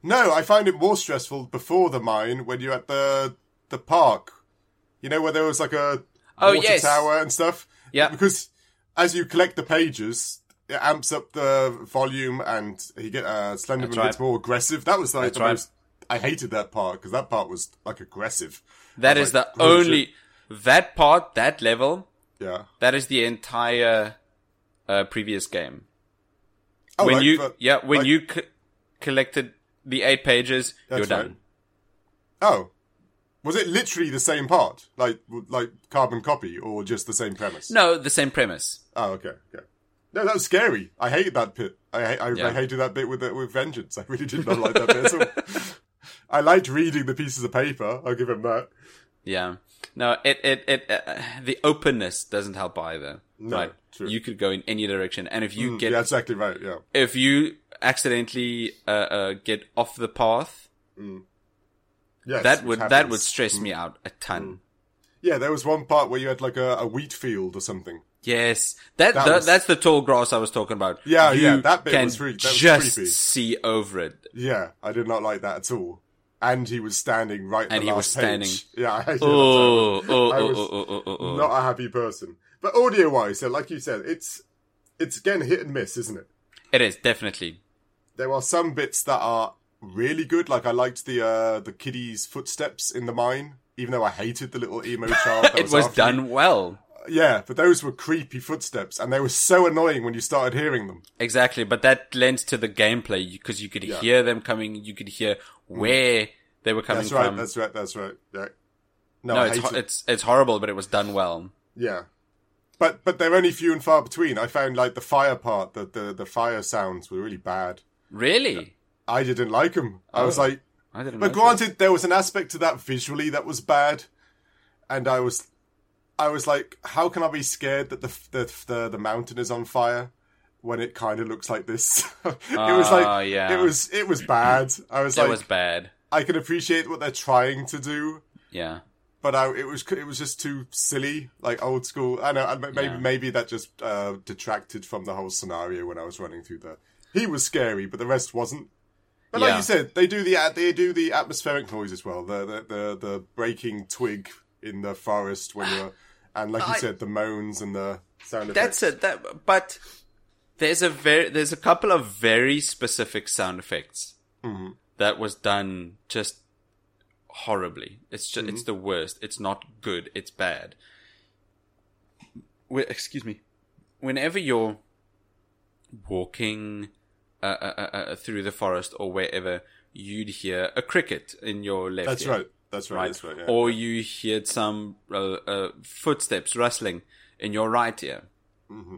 no, I find it more stressful before the mine when you're at the the park. You know where there was like a Oh, water yes. tower and stuff. Yeah. because as you collect the pages. It amps up the volume, and he get uh, Slenderman right. gets more aggressive. That was like That's the right. most. I hated that part because that part was like aggressive. That I is was like, the "Oh, shit." only that part, that level, Yeah. that is the entire uh, previous game. Oh, when like you the- yeah, when like- you c- collected the eight pages, you're That's done. right. Oh, was it literally the same part, like like carbon copy, or just the same premise? No, the same premise. Oh, okay, okay. No, that was scary. I hated that bit. I ha- I, Yeah. I hated that bit with the, with vengeance. I really did not like that bit at all. I liked reading the pieces of paper. I'll give him that. Yeah. No, it it it uh, the openness doesn't help either. No, right. true. Mm, You could go in any direction, and if you get yeah, exactly right. Yeah, if you accidentally uh, uh, get off the path, yes, that which would that happens. Mm. would stress me out a ton. Yeah, there was one part where you had like a, a wheat field or something. Yes, that, That tha- was- that's the tall grass I was talking about. Yeah, you yeah, that bit can was freak- that was just creepy. see over it. Yeah, I did not like that at all. And he was standing right. And the he was last standing. page. Yeah, I hated that so much. Oh, oh, oh, I was oh, oh, oh, oh, oh. not a happy person. But audio wise, so like you said, it's it's again hit and miss, isn't it? It is definitely. There are some bits that are really good. Like I liked the uh the kiddie's footsteps in the mine, even though I hated the little emo child. That It was after me. done well. Yeah, but those were creepy footsteps, and they were so annoying when you started hearing them. Exactly, but that lends to the gameplay because you could hear them coming. You could hear where they were coming Mm. That's right. from. That's right. That's right. Yeah. No, no, I it's, hated. ho- it's it's horrible, but it was done well. Yeah. But but they're only few and far between. I found like the fire part, the the, the fire sounds were really bad. Really, I didn't like them. I Oh. was like, I didn't. But know granted, there was an aspect to that visually that was bad, and I was, I was like, how can I be scared that the the the, the mountain is on fire when it kind of looks like this? it was Ah, like, yeah. it was it was bad. I was that like, was bad. I can appreciate what they're trying to do, Yeah, but I, it was it was just too silly, like old school. I know, and maybe Yeah. maybe that just uh, detracted from the whole scenario when I was running through there. He was scary, but the rest wasn't. But like Yeah. you said, they do the they do the atmospheric noise as well. The the the, the breaking twig in the forest when you're, and like you I- said, the moans and the sound. effects. that's it. That but there's a very there's a couple of very specific sound effects that was done just horribly. It's just it's the worst. It's not good. It's bad. Wh- excuse me. Whenever you're walking uh, uh, uh, uh, through the forest or wherever, you'd hear a cricket in your left. That's ear right. That's right. right? That's right. Yeah. Or you heard some uh, uh, footsteps rustling in your right ear. Mm-hmm.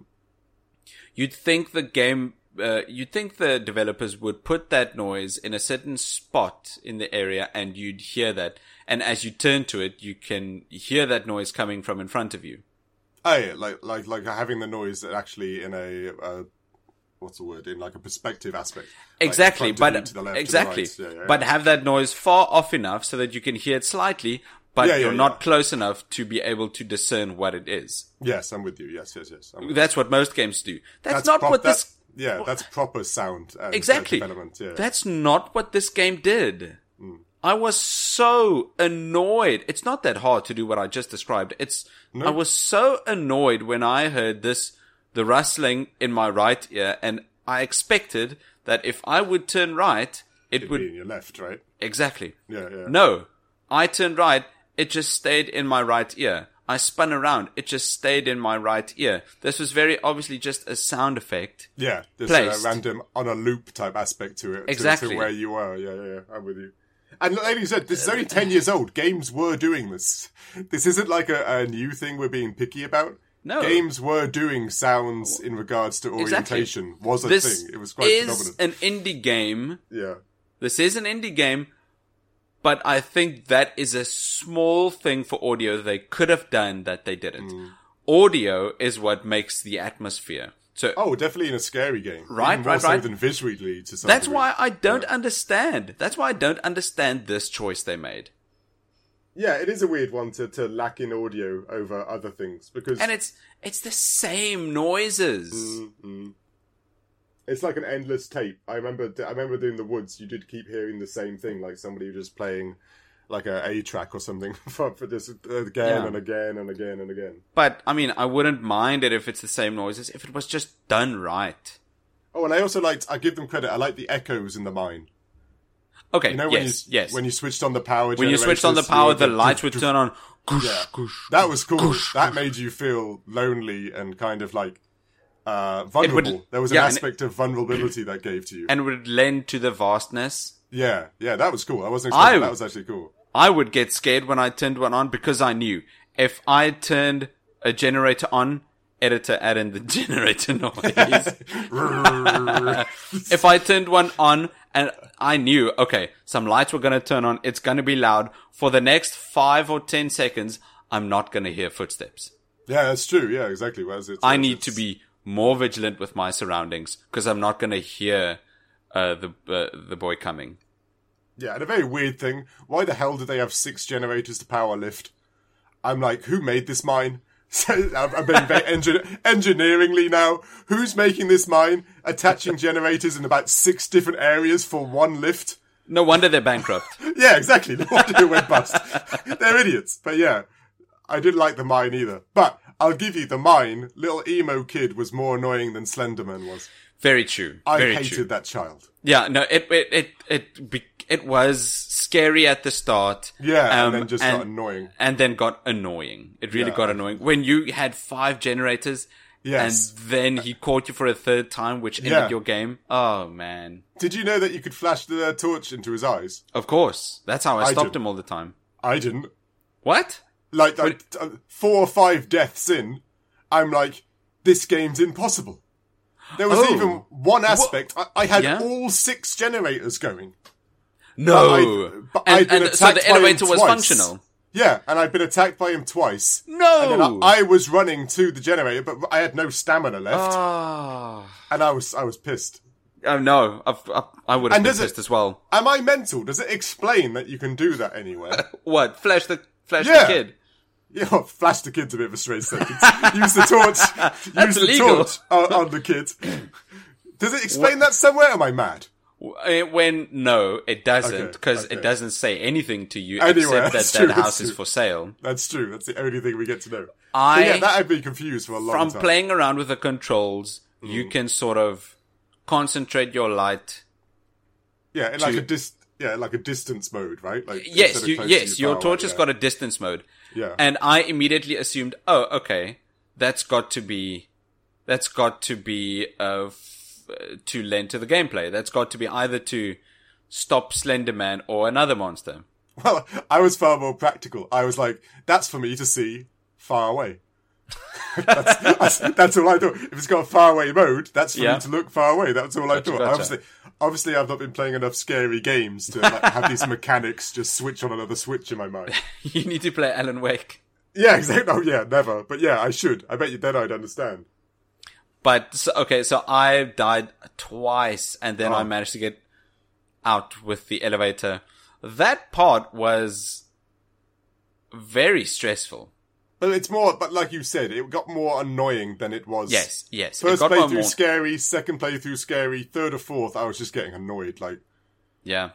You'd think the game, uh, you'd think the developers would put that noise in a certain spot in the area, and you'd hear that. And as you turn to it, you can hear that noise coming from in front of you. Oh, yeah, like like like having the noise actually in a uh, what's the word in like a perspective aspect. Like, Exactly, front to you, but to the left, to the exactly, right. Yeah, yeah, yeah. but have that noise far off enough so that you can hear it slightly, but Yeah, yeah, you're yeah. not close enough to be able to discern what it is. Yes, I'm with you. Yes, yes, yes. I'm with you. That's what most games do. That's, That's not prop- what this. that- yeah, that's proper sound. And, uh, Exactly. development. Yeah. That's not what this game did. I was so annoyed. It's not that hard to do what I just described. It's I was so annoyed when I heard this the rustling in my right ear and I expected that if I would turn right, it would Being your left, right? exactly. Yeah, yeah. No. I turned right, it just stayed in my right ear. I spun around, it just stayed in my right ear. This was very obviously just a sound effect. Yeah, just a Placed. random on a loop type aspect to it. to- To, Exactly. where you are. Yeah, yeah, yeah. I'm with you. And like you said, this is only 10 years old. Games were doing this. This isn't like a, a new thing we're being picky about. No. Games were doing sounds in regards to Exactly. orientation was a This thing. It was quite is phenomenal. an indie game. Yeah. This is an indie game, but I think that is a small thing for audio they could have done that they didn't. Mm. Audio is what makes the atmosphere. So Oh, definitely in a scary game. Right, Even more right, so right. than visually to some that's degree. why I don't understand. That's why I don't understand this choice they made. Yeah, it is a weird one to, to lack in audio over other things because And it's it's the same noises. Mm. It's like an endless tape. I remember. I remember doing the woods. You did keep hearing the same thing, like somebody just playing like a A track or something for, for this again Yeah. and again and again and again. But I mean, I wouldn't mind it if it's the same noises if it was just done right. Oh, and I also liked. I give them credit. I like the echoes in the mine. Okay. You know when yes. you yes. when you switched on the power. when you switched on the generators, you power, heard the lights would turn on. Goosh, Yeah. goosh. That was cool. that made you feel lonely and kind of like uh, vulnerable. there was an yeah, and- aspect of vulnerability that gave to you. and would lend to the vastness. yeah, yeah, that was cool. I wasn't expecting I- that was actually cool. I would get scared when I turned one on because I knew if I turned a generator on, editor add in the generator noise. if I turned one on and I knew, okay, some lights were going to turn on, it's going to be loud. For the next five or ten seconds, I'm not going to hear footsteps. Yeah, that's true. Yeah, exactly. Whereas it's, I whereas need to it's- be more vigilant with my surroundings because I'm not going to hear uh, the uh, the boy coming. Yeah, and a very weird thing. Why the hell do they have six generators to power lift? I'm like, who made this mine? So I've I've been very engin- engineeringly now. Who's making this mine? Attaching generators in about six different areas for one lift. No wonder they're bankrupt. Yeah, exactly. No wonder it went bust. They're idiots. But yeah, I didn't like the mine either. But I'll give you the mine. Little emo kid was more annoying than Slenderman was. Very true. I Very hated true. that child. Yeah, no, it it it it be- it was scary at the start. Yeah, and um, then just and, got annoying. and then got annoying. It really Yeah. got annoying when you had five generators. Yes. And then he caught you for a third time, which ended Yeah. your game. Oh man! Did you know that you could flash the torch into his eyes? Of course, that's how I, I stopped didn't. him all the time. I didn't. What? Like, I, uh, four or five deaths in, I'm like, this game's impossible. There was Oh. even one aspect. I, I had Yeah? all six generators going. No. But I- but I'd and been and so attacked the by him elevator was twice. functional. Yeah, and I'd been attacked by him twice. And No. then I, I was running to the generator, but I had no stamina left, Ah. and I was I was pissed. Oh no! I've, I, I would have And been does it- pissed as well. Am I mental? Does it explain that you can do that anywhere? What? Flash the flash Yeah. the kid. yeah, well, flash the kid's a bit of a strange sentence. Use the torch. Use the illegal. torch on, on the kid. Does it explain that somewhere? Am I mad? Uh, When no, it doesn't Okay, because okay. it doesn't say anything to you Anyway, except that that's that true, that's house is true. for sale. That's true. That's the only thing we get to know. I- But yeah, that I'd be confused for a long From time. Mm-hmm. playing around with the controls, you can sort of concentrate your light. yeah, in like a dis- yeah, like a distance mode, right? Like Yes, instead of you, close to yes, your far torch away, has yeah. got a distance mode, yeah. and I immediately assumed, oh, okay, that's got to be, that's got to be uh, f- uh, to lend to the gameplay. That's got to be either to stop Slenderman or another monster. Well, I was far more practical. I was like, that's for me to see far away. that's, that's, that's all I thought. If it's got a far away mode, that's for Yeah. me to look far away. That's all I thought. gotcha. Obviously, obviously, I've not been playing enough scary games to like, have these mechanics just switch on another switch in my mind. you need to play Alan Wake. Yeah, exactly. Oh, yeah, never. But yeah, I should. I bet you then I'd understand. But so, okay, so I died twice, and Oh. then I managed to get out with the elevator. That part was very stressful. But it's more, but like you said, it got more annoying than it was. Yes, yes. First it got one playthrough more. scary, second playthrough scary, third or fourth, I was just getting annoyed. Like, yeah.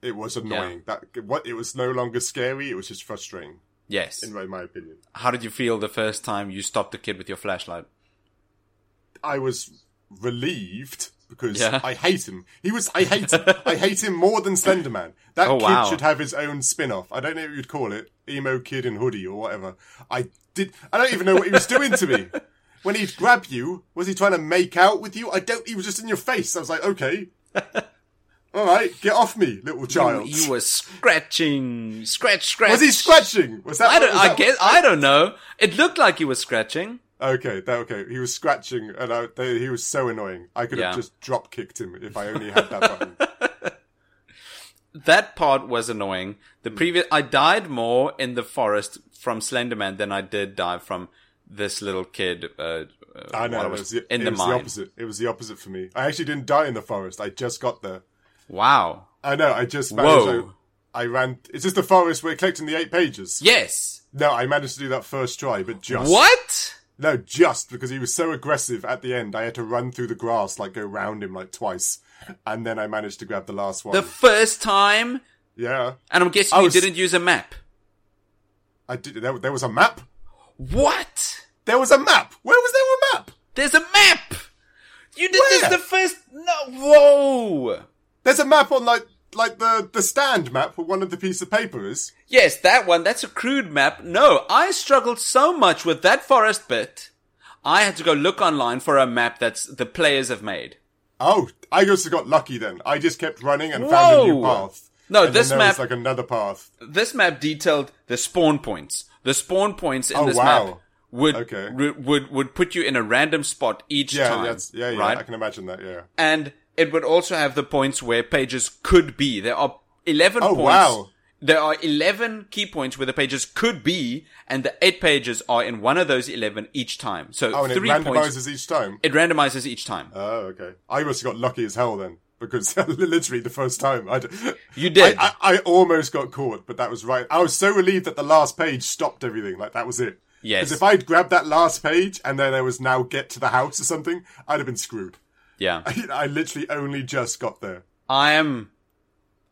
it was annoying. That what it was no longer scary. It was just frustrating, Yes. in my, my opinion. How did you feel the first time you stopped a kid with your flashlight? I was relieved because Yeah. I hate him. He was. I hate. him. I hate him more than Slenderman. That Oh, kid wow. should have his own spin-off. I don't know what you'd call it, emo kid in hoodie or whatever. I did. I don't even know what he was doing to me. When he'd grab you, was he trying to make out with you? I don't. He was just in your face. I was like, okay. All right, get off me, little child. You were scratching, scratch, scratch. was he scratching? Was that? I don't. was I that- guess. I don't know. It looked like he was scratching. Okay, that okay. He was scratching, and I, they, he was so annoying. I could Yeah. have just drop kicked him if I only had that button. That part was annoying. The previous, I died more in the forest from Slenderman than I did die from this little kid. Uh, uh, I know. while it was the, in it the was the mine. opposite. It was the opposite for me. I actually didn't die in the forest. I just got there. Wow. I know. I just managed. Whoa. to- I ran. Is this the forest where collecting the eight pages? Yes. No, I managed to do that first try, but just What? no, just because he was so aggressive at the end, I had to run through the grass, like go round him like twice, and then I managed to grab the last one. The first time? yeah, And I'm guessing I you was- didn't use a map. I did. There, there was a map. What? There was a map. Where was there a map? There's a map! You did this Where? the first. No. Whoa! There's a map on like like the the stand map where one of the piece of paper is. Yes, that one. That's a crude map. No, I struggled so much with that forest bit. I had to go look online for a map that's the players have made. Oh, I just got lucky then. I just kept running and found a new Whoa. path. No, And then this there map- was like another path. This map detailed the spawn points. The spawn points in Oh, this wow. map would, Okay. would- would would put you in a random spot each Yeah, time. that's yeah, yeah. right? I can imagine that. Yeah. and it would also have the points where pages could be. There are 11 Oh, points. wow. There are 11 key points where the pages could be, and the eight pages are in one of those 11 each time. So Oh, and three it points. randomizes each time. It randomizes each time. Oh, okay. I must have got lucky as hell then, because literally the first time I, You did. I, I, I almost got caught, but that was right. I was so relieved that the last page stopped everything. Like that was it. Yes. Because if I'd grabbed that last page and then there was now get to the house or something, I'd have been screwed. yeah. I, I literally only just got there. I am.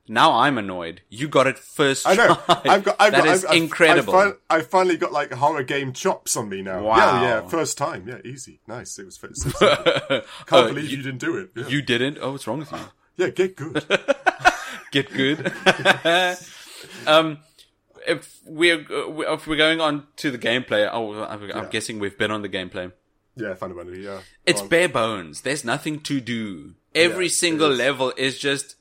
Now I'm annoyed. You got it first. I know. try. I've got. I've That got, is I've- I've, incredible. I, fin- I finally got like horror game chops on me now. Wow. Yeah, yeah. First time. Yeah, easy. Nice. It was. Fit. Can't Oh, believe you, you, didn't do it. Yeah. you didn't. Oh, what's wrong with you? yeah, get good. get good. um, if we're uh, if we're going on to the gameplay, oh, I'm, I'm guessing we'we've been on the gameplay. yeah, fundamentally. Yeah. It's bare bones. There's nothing to do. Every Yeah, it single is. level is just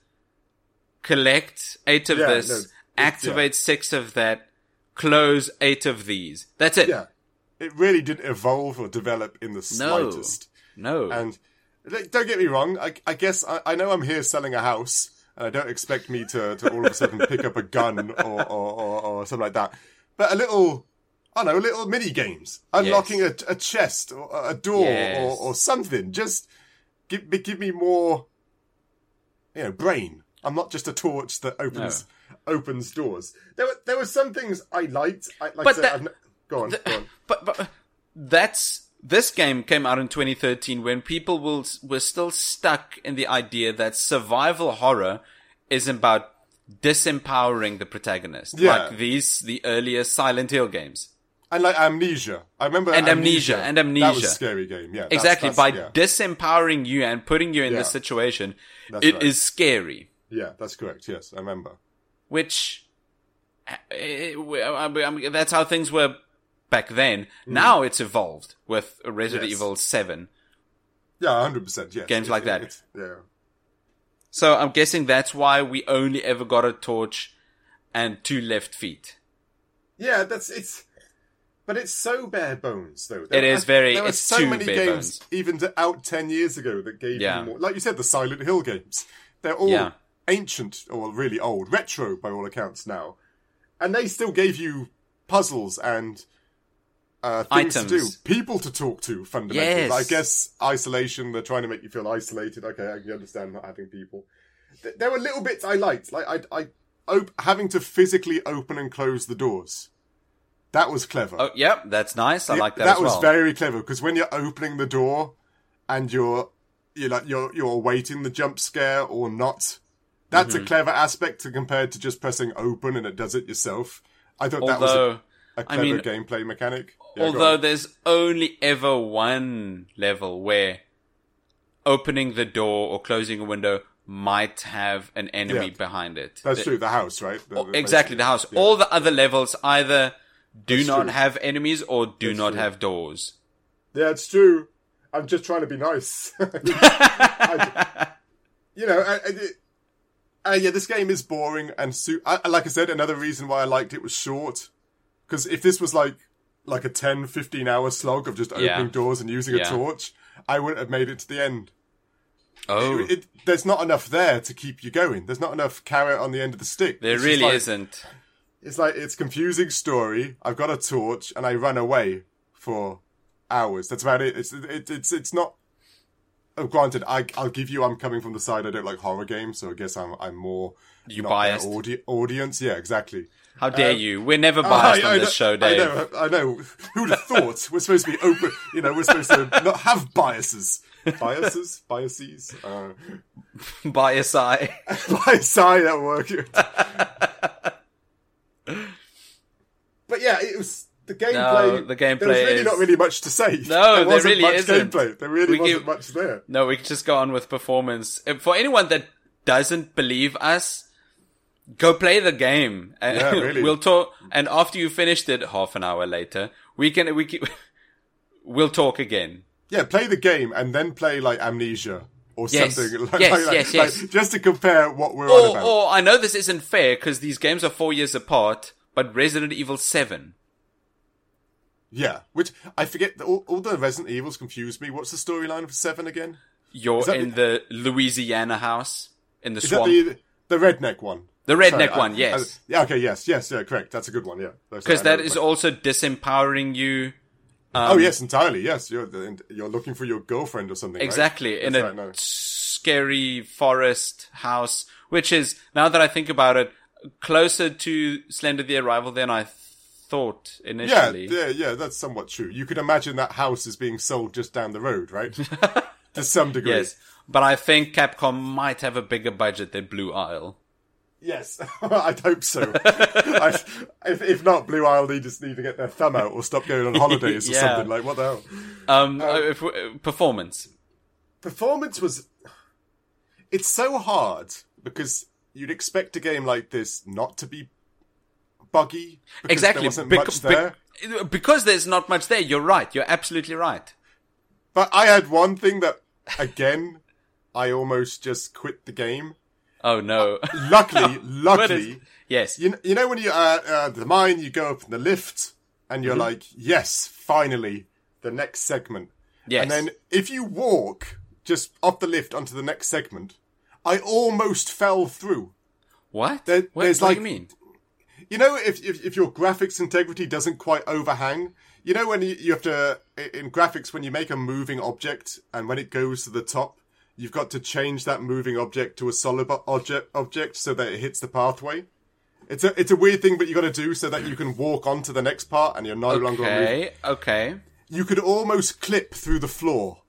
collect eight of Yeah, this, no, it's- yeah. activate six of that, close eight of these. That's it. yeah, it really didn't evolve or develop in the No. slightest. No. And like, don't get me wrong, I, I guess I, I know I'm here selling a house, and I don't expect me to, to all of a sudden pick up a gun or, or, or, or something like that. But a little, I don't know, little mini games, unlocking a, a chest or a a door Yes. or, or something. Just give me, give me more, you know, brain. I'm not just a torch that opens opens doors. There were there were some things I liked. I, like I But said, that- I've n- go on, go on. but but that's this game came out in 2013 when people will were still stuck in the idea that survival horror is about disempowering the protagonist, Yeah. like these the earlier Silent Hill games. And like amnesia, I remember And Amnesia, and That was Amnesia. a scary game. Yeah, that's- Exactly, that's- by yeah. disempowering you and putting you in this Yeah. situation, it That's is right. scary. Yeah, that's correct. Yes, I remember. Which eh, eh, I mean, that's how things were back then. Now it's evolved with Resident Hmm. Yes. Evil Seven. Yeah, hundred percent. Yes, Games like that. it's- yeah, So I'm guessing that's why we only ever got a torch and two left feet. yeah. That's it's, but it's so bare bones though. It is very- There were it's so too many bare games bones. even to out ten years ago that gave Yeah. you more. Like you said, the Silent Hill games. They're all Yeah. ancient or really old, retro by all accounts now, and they still gave you puzzles and. Uh, things to Items. do, people to talk to, fundamentally. Yes. But I guess isolation, they're trying to make you feel isolated. Okay, I can understand not having people. th- there were little bits I liked, like I, I op- having to physically open and close the doors. That was clever. Oh, yep, that's nice. I like that. That as was well. very clever because when you're opening the door and you're you're like you're you're awaiting the jump scare or not, that's Mm-hmm. a clever aspect to compared to just pressing open and it does it yourself. I thought that was a, Although, a I clever mean, gameplay mechanic. Yeah, go although on. there's only ever one level where opening the door or closing a window might have an enemy Yeah. behind it. that's The- true, the house, right? The- the- Exactly, the house. yeah. All the other levels either do That's not true. have enemies or do That's not true. have doors. Yeah, it's true. I'm just trying to be nice. I- you know, I, I, Uh, yeah, this game is boring and su- I, like I said, another reason why I liked it was short. Because if this was like like a 10, 15 hour slog of just opening Yeah. doors and using Yeah. a torch, I wouldn't have made it to the end. Oh, It, there's not enough there to keep you going. There's not enough carrot on the end of the stick. there It's just really like- isn't. It's like it's confusing story. I've got a torch and I run away for hours. That's about it. It's it, it's it's not. Oh, granted, I I'll give you. I'm coming from the side. I don't like horror games, so I guess I'm I'm more You not biased. their audi- audience. Yeah, exactly. How dare you? We're never biased on um, I this know- show, Dave. I know. I know. Who'd have thought we're supposed to be open? You know, we're supposed to not have biases. Biases, biases. Uh, Bias I. by Psy that work. but yeah, it was the gameplay. the gameplay There was really is- not really much to say. there No, there wasn't really much isn't. gameplay. There really We wasn't give- much there. No, we can just go on with performance. Uh, For anyone that doesn't believe us, go play the game. And Yeah, really. we'll talk. And after you finished it, half an hour later, we can we can, we'll talk again. Yeah, play the game and then play like Amnesia or Yes. something. Like, Yes, like- like- yes, yes. like, just to compare what we're on Or, about. or I know this isn't fair because these games are four years apart, but Resident Evil Seven. Yeah, which I forget. All, all the Resident Evils confused me. What's the storyline of Seven again? You're that in the, Louisiana house in the Is swamp, the, that the the redneck one? Sorry, redneck I- one. I- yes, yeah. Okay. Yes. Yes. Yeah. Correct. That's a good one. Yeah. because that is also disempowering you. Oh Um, yes, entirely. Yes, you're and you're looking for your girlfriend or something. right? Exactly. In That's a right, no. scary forest house, which is, now that I think about it, closer to Slender the Arrival than I thought Yeah, initially. yeah, yeah. That's somewhat true. You could imagine that house is being sold just down the road, right? to some degree. yes. But I think Capcom might have a bigger budget than Blue Isle. Yes. I'd hope so. I, if, if not, Blue Isle, they just need to get their thumb out or stop going on holidays or Yeah. something. Like what the hell? Um, uh, if we- uh, performance. performance was it's so hard because you'd expect a game like this not to be buggy because Exactly. there wasn't bec- much bec- there because there's not much there. You're right. You're absolutely right. but i had one thing that again i almost just quit the game Oh no. Uh, luckily But luckily it's- yes. you, kn- you know when you uh, uh the mine you go up in the lift and you're like yes finally the next segment Yes. And then if you walk just off the lift onto the next segment, I almost fell through. what? there- what there's what like- do you mean? You know, if, if if your graphics integrity doesn't quite overhang, you know when you, you have to i- in graphics when you make a moving object and when it goes to the top, you've got to change that moving object to a solid o- object object so that it hits the pathway. It's a it's a weird thing, but you got to do so that you can walk on to the next part and you're no longer. Moving. Okay. Okay. You could almost clip through the floor.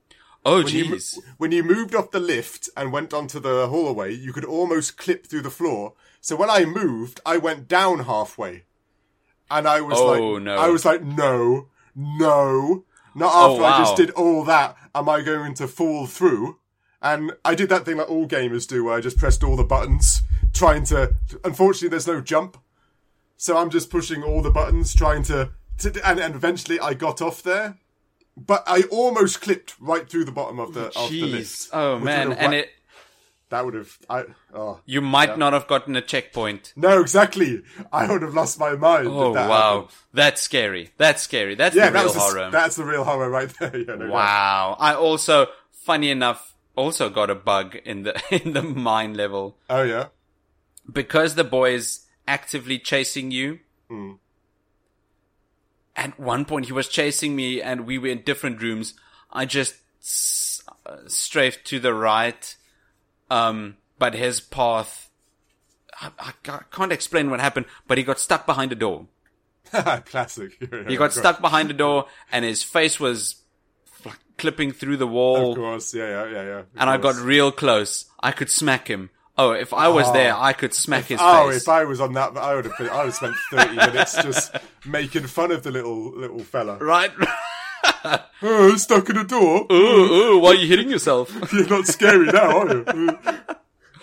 Oh When you, jeez. when you moved off the lift and went onto the hallway, you could almost clip through the floor. So when I moved, I went down halfway, and I was Oh, like, no. I was like, no, no, not after I Oh, wow. just did all that. Am I going to fall through? And I did that thing that all gamers do, where I just pressed all the buttons, trying to. Unfortunately, there's no jump, so I'm just pushing all the buttons, trying to. to and, and eventually, I got off there. But I almost clipped right through the bottom of the of the Jeez. lift. Oh which man, would have and wha- it that would have I oh you might not have gotten a checkpoint. no exactly I would have lost my mind. if Oh that wow. happened. That's scary. That's scary. That's Yeah, the that real was a s- horror. that's the real horror right there. Yeah, no doubt. wow. I also funny enough also got a bug in the in the mine level Oh yeah. because the boy is actively chasing you. Hmm. At one point he was chasing me and we were in different rooms. I just s- uh, strafed to the right. Um but his path I, I ca- can't explain what happened, but he got stuck behind a door. Classic. Yeah, yeah, He got of course. stuck behind a door, and his face was f- clipping through the Of wall. course. Yeah, yeah, yeah, yeah. Of And I got course. real close. I could smack him. Oh, if I was there, I could smack his Ah. Oh, face. if I was on that, I would have. Been, I would have spent thirty minutes just making fun of the little little fella. Right? Oh, stuck in a door. ooh, ooh, why are you hitting yourself? You're not scary now, are you?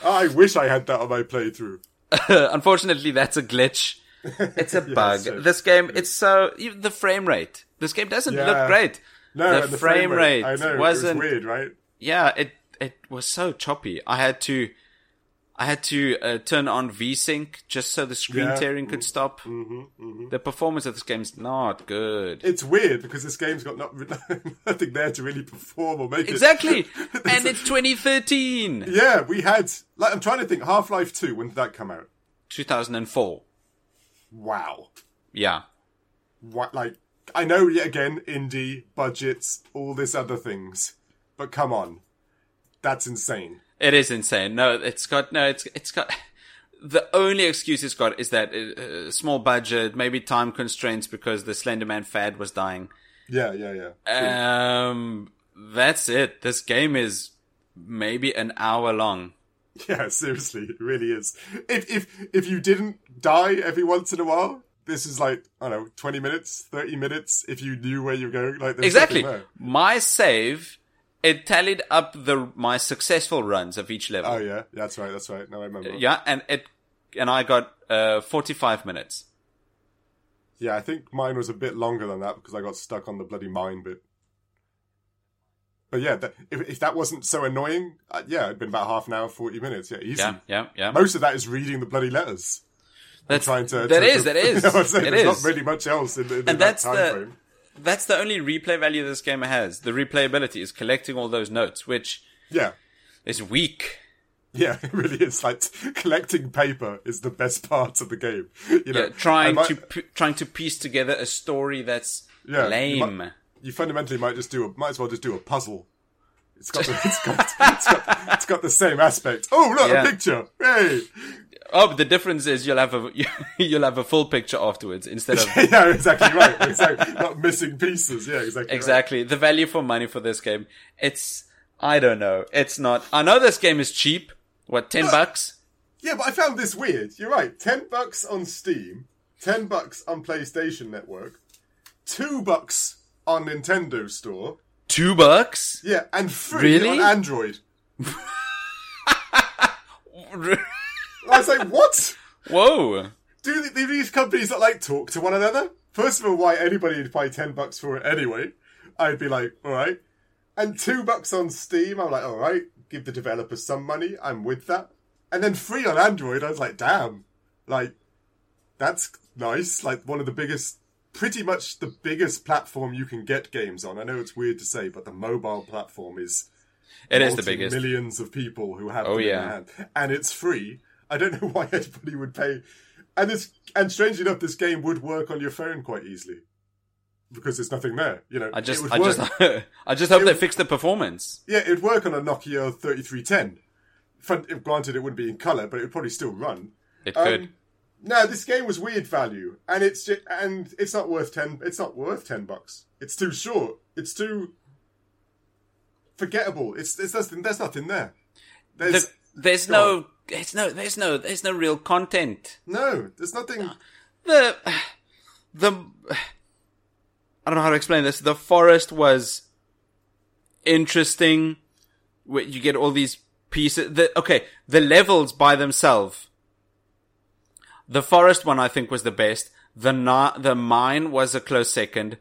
I wish I had that on my playthrough. Unfortunately, that's a glitch. It's a bug. so- this game, it's so even the frame rate. This game doesn't Yeah. look great. No, The and the frame frame, rate, rate I know wasn't- it was weird, right? Yeah, it it was so choppy. I had to I had to uh, turn on VSync just so the screen Yeah. tearing could stop. hmm hmm The performance of this game's not good. It's weird because this game's got not nothing there to really perform or make exactly, it. and it's 2013, yeah, we had. Like, I'm trying to think. Half Life Two. When did that come out? 2004. Wow. Yeah, What? Like I know. Yet again, indie budgets, all this other things. But come on, that's insane. It is insane. No, it's got no. It's it's got the only excuse it's got is that uh, small budget, maybe time constraints because the Slender Man fad was dying. Yeah, yeah, yeah. Uh, Um, that's it. This game is maybe an hour long. Yeah, seriously, it really is. If if if you didn't die every once in a while, this is like I don't know, twenty minutes, thirty minutes. If you knew where you're going, like there's Exactly. nothing there. My save it tallied up the my successful runs of each level. Oh yeah, that's right, that's right. Now I remember. Yeah. yeah, and it and I got uh 45 minutes. I think mine was a bit longer than that because I got stuck on the bloody mine bit. But yeah, that, if if that wasn't so annoying, uh, yeah, it'd been about half an hour, forty minutes. Yeah, easy. Yeah, yeah, yeah. Most of that is reading the bloody letters. That's Trying to that to- is to- that is I was saying, it there's is. not really much else in, in, that that's time the- frame. that's the only replay value this game has. The replayability is collecting all those notes, which Yeah. is weak. Yeah, it really is. Like collecting paper is the best part of the game. You know, Yeah, Uh, trying I might- to p- trying to piece together a story that's Yeah, you lame. might- you fundamentally might just do a might as well just do a puzzle. It's got the, it's got it's got, it's got the same aspect. Oh look, Yeah. a picture. Hey, Oh, but the difference is you'll have a you'll have a full picture afterwards instead of yeah, exactly right. Exactly, not missing pieces. Yeah, exactly. right. exactly the value for money for this game. It's I don't know. It's not. I know this game is cheap. What Uh. ten bucks? Yeah, but I found this weird. You're right. Ten bucks on Steam, ten bucks on PlayStation Network, two bucks on Nintendo Store. Two bucks? Yeah, and free Really? on Android. I was like, what? Whoa! do th- do these companies that like talk to one another? First of all, why anybody would pay ten bucks for it anyway? I'd be like, all right. And two bucks on Steam, I'm like, all right. Give the developers some money. I'm with that. And then free on Android, I was like, damn, like that's nice. Like one of the biggest, pretty much the biggest platform you can get games on. I know it's weird to say, but the mobile platform is It is the multi- biggest. Millions of people who have Oh, them in yeah. their hand, and it's free. I don't know why anybody would pay. And this, and strangely enough, this game would work on your phone quite easily because there's nothing there. You know, I just, it would I work. just, I just hope It- they fix the performance. yeah, it would work on a Nokia 3310. Fun- if- Granted, it wouldn't be in color, but it would probably still run. It Um, could. No, this game was weird value, and it's just, and it's not worth ten. It's not worth ten bucks. It's too short. It's too forgettable. It's, it's there's, there's nothing there. There's The- there's go no, there's no, there's no, there's no real content. no. There's nothing. The, the, I don't know how to explain this. The forest was interesting. Where you get all these pieces. The, okay, the levels by themselves. The forest one I think was the best. The na- the mine was a close second.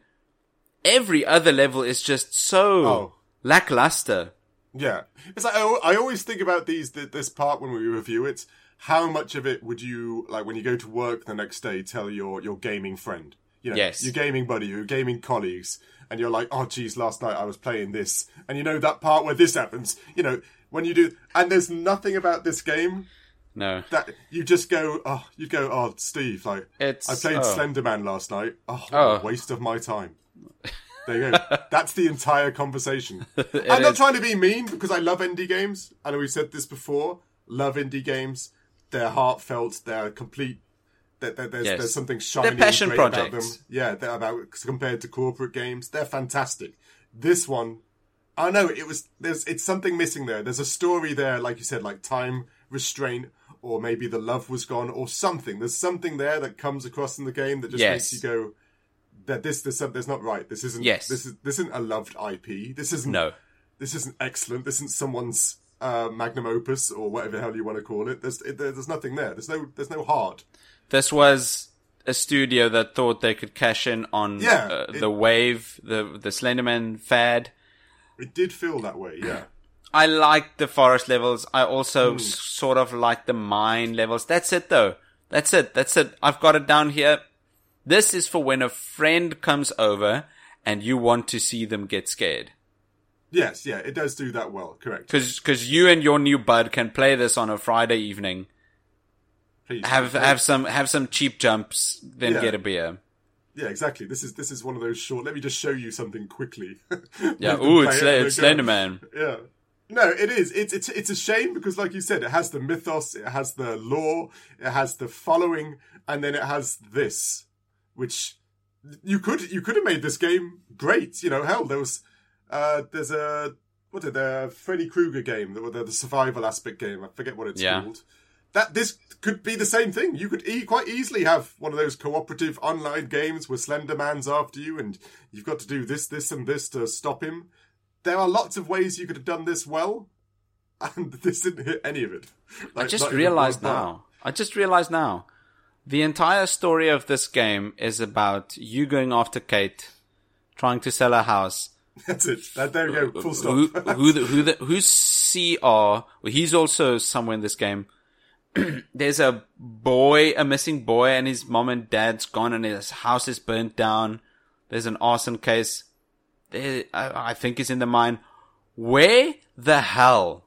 Every other level is just so Oh. lackluster. Yeah, it's like I, al- I always think about these th- this part when we review it. How much of it would you like when you go to work the next day? Tell your your gaming friend, you know, Yes. your gaming buddy, your gaming colleagues, and you're like, oh, geez, last night I was playing this, and you know that part where this happens. You know when you do, and there's nothing about this game No. that you just go, oh, you go, oh, Steve, like It's I played oh. Slender Man last night. Oh, what Oh. a waste of my time. There you go. That's the entire conversation. I'm is. not trying to be mean because I love indie games. I know we've said this before. Love indie games. They're heartfelt. They're complete. They're, they're- there's, Yes. there's something shiny and passion great about them. projects. Yeah, they're about compared to corporate games. They're fantastic. This one, I know it was. There's it's something missing there. There's a story there, like you said, like time restraint, or maybe the love was gone, or something. There's something there that comes across in the game that just Yes. makes you go that this there's some, there's not right. This isn't. Yes. This is this isn't a loved IP. This isn't. No. This isn't excellent. This isn't someone's uh, magnum opus or whatever the hell you want to call it. There's it, there- there's nothing there. There's no there's no heart. This was a studio that thought they could cash in on Yeah, uh, it- the wave, the the Slenderman fad, It did feel that way. Yeah. I like the forest levels. I also Hmm. s- sort of like the mine levels. That's it though. That's it. That's it. I've got it down here. This is for when a friend comes over and you want to see them get scared. Yes, yeah, it does do that well. Correct. Cause, cause you and your new bud can play this on a Friday evening. Please. Have, have some, have some cheap jumps, then Yeah. get a beer. Yeah, exactly. This is this is one of those short. Let me just show you something quickly. Yeah. Let them Ooh, play it's, it and Sl- it's they go. Slender Man. Yeah. No, it is. It's it's it's a shame because, like you said, it has the mythos, it has the lore, it has the following, and then it has this, which you could you could have made this game great. You know, hell, there was uh, there's a what did the Freddy Krueger game, the, the the survival aspect game. I forget what it's Yeah. called. That this could be the same thing. You could e- quite easily have one of those cooperative online games where Slender Man's after you, and you've got to do this, this, and this to stop him there are lots of ways you could have done this well, and this didn't hit any of it. I Like, not just even realized one bar. now. I just realized now. The entire story of this game is about you going after Kate, trying to sell her house. That's it. That, there we Uh, go. Full stop. Who, who, the, who, the, who's CR? Well, he's also somewhere in this game. There's a boy, a missing boy, and his mom and dad's gone, and his house is burnt down. There's an arson case. There, I, I think he's in the mine. Where the hell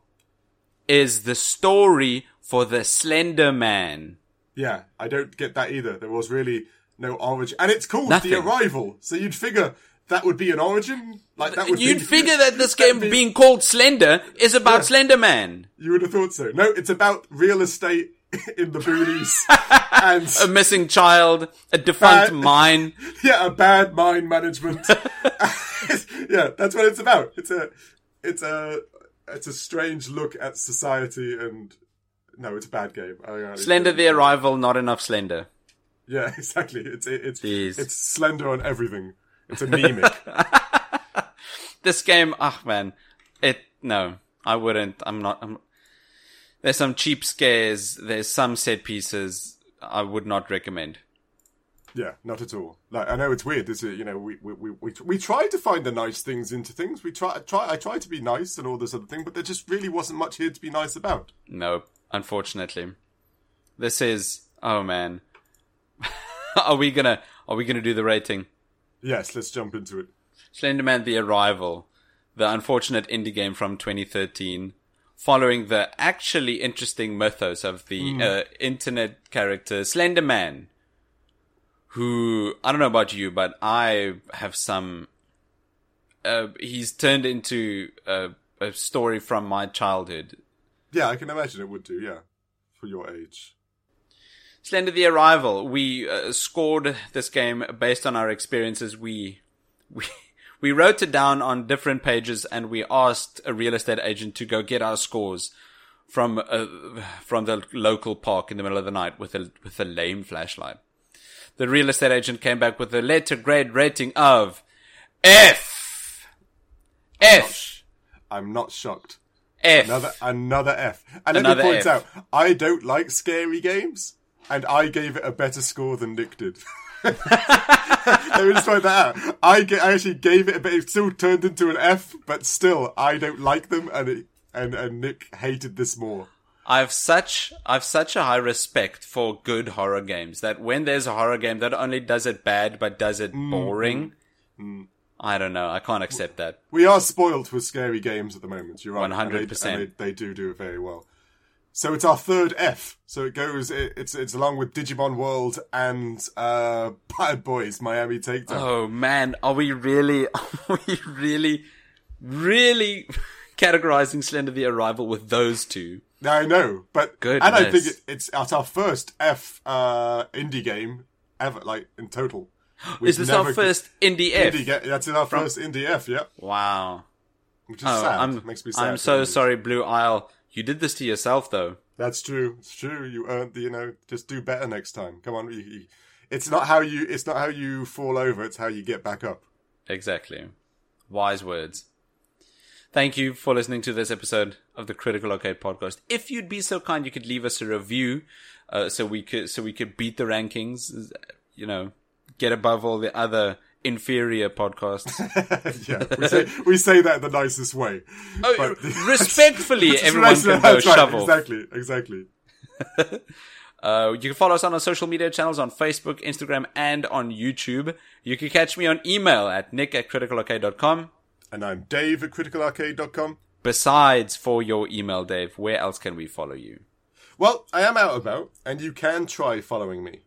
is the story for the Slender Man? yeah, I don't get that either. There was really no origin, and it's called Nothing. the arrival. So you'd figure that would be an origin. Like that would. You'd be, figure that this game that'd be- being called Slender is about Slender Man, You would have thought so. No, it's about real estate in the boonies, and a missing child, a defunct Uh, mine. yeah, a bad mine management. yeah, that's what it's about. It's a, it's a, it's a strange look at society, and no, it's a bad game. I- I- Slender the arrival, not enough slender. Yeah, exactly. It's it, it's Jeez. it's slender on everything. It's anemic. This game, ah man, it no, I wouldn't. I'm not. I'm, there's some cheap scares. There's some set pieces I would not recommend. yeah, not at all. Like I know it's weird. This is you know we we, we we we try to find the nice things into things. We try try I try to be nice and all this other thing, but there just really wasn't much here to be nice about. No, unfortunately, this is oh man. are we gonna are we gonna do the rating? Yes, let's jump into it. Slenderman The Arrival, the unfortunate indie game from 2013, following the actually interesting mythos of the uh, internet character Slenderman, who, I don't know about you, but I have some. Uh, he's turned into a, a story from my childhood. Yeah, I can imagine it would do. Yeah, for your age. Slender the Arrival. We uh, scored this game based on our experiences. We we we wrote it down on different pages, and we asked a real estate agent to go get our scores from uh, from the local park in the middle of the night with a with a lame flashlight. The real estate agent came back with a letter grade rating of F. F. I'm not shocked. F. Another another F. And Another let me point F. out, I don't like scary games, and I gave it a better score than Nick did. let me just point that out. I, ga- I actually gave it, a bit. It still turned into an F, but still, I don't like them, and it, and and Nick hated this more. I've such I've such a high respect for good horror games that when there's a horror game that only does it bad but does it boring, Mm-hmm. I don't know. I can't accept that. We are spoiled with scary games at the moment. You're right. and they- 100%. and They, they do do it very well. So it's our third F. So it goes. It, it's it's along with Digimon World and uh, Bad Boys Miami Takedown. Oh man, are we really are we really really categorizing Slender the Arrival with those two? I know, but and I Goodness. think it, it's it's our first F uh, indie game ever, like in total. We've Is this our never- first indie F? indie game? That's in our first indie F, yeah. Wow. Which is Oh, sad. I'm Makes me sad. I'm so really. sorry, Blue Isle. You did this to yourself though. That's true. It's true. You earned the, you know, just do better next time. Come on. You, you- it's not how you. It's not how you fall over. It's how you get back up. Exactly. Wise words. Thank you for listening to this episode of the Critical Arcade Podcast. If you'd be so kind, you could leave us a review, uh, so we could so we could beat the rankings. You know, get above all the other inferior podcasts. yeah, we say, we say that the nicest way. Oh, But- respectfully, Just everyone relax- can go that's right, shovel. Exactly, exactly. Uh, you can follow us on our social media channels on Facebook, Instagram, and on YouTube. You can catch me on email at nick at criticalok.com. And I'm Dave at criticalarcade.com. Besides for your email, Dave, where else can we follow you? Well, I am out about, and you can try following me.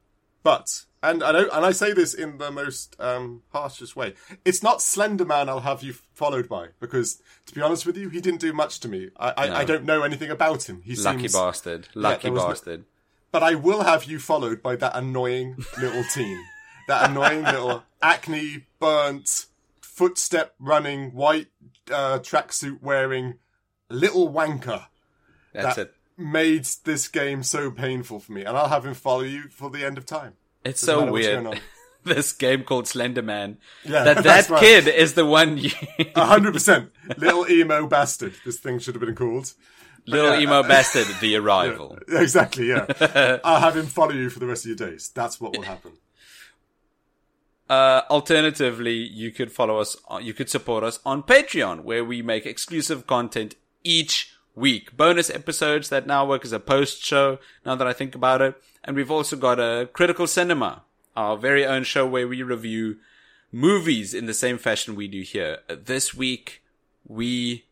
But and I don't, and I say this in the most um, harshest way. It's not Slenderman I'll have you followed by, because to be honest with you, he didn't do much to me. I, I, I don't know anything about him. He Lucky seems, bastard. Lucky there was no- bastard. but I will have you followed by that annoying little teen, that annoying little acne burnt, footstep running, white uh, tracksuit wearing little wanker That's that it. made this game so painful for me, and I'll have him follow you for the end of time. It's Doesn't so matter what's going weird. on. this game called Slender Man. Yeah, that that that's right. kid is the one you, A hundred percent, little emo bastard. This thing should have been called. little emo bastard, the arrival. Exactly. Yeah, I'll have him follow you for the rest of your days. That's what will happen. Uh, alternatively, you could follow us, on, you could support us on Patreon, where we make exclusive content each week. Bonus episodes that now work as a post show, now that I think about it. And we've also got a Critical Cinema, our very own show where we review movies in the same fashion we do here. Uh, This week, we,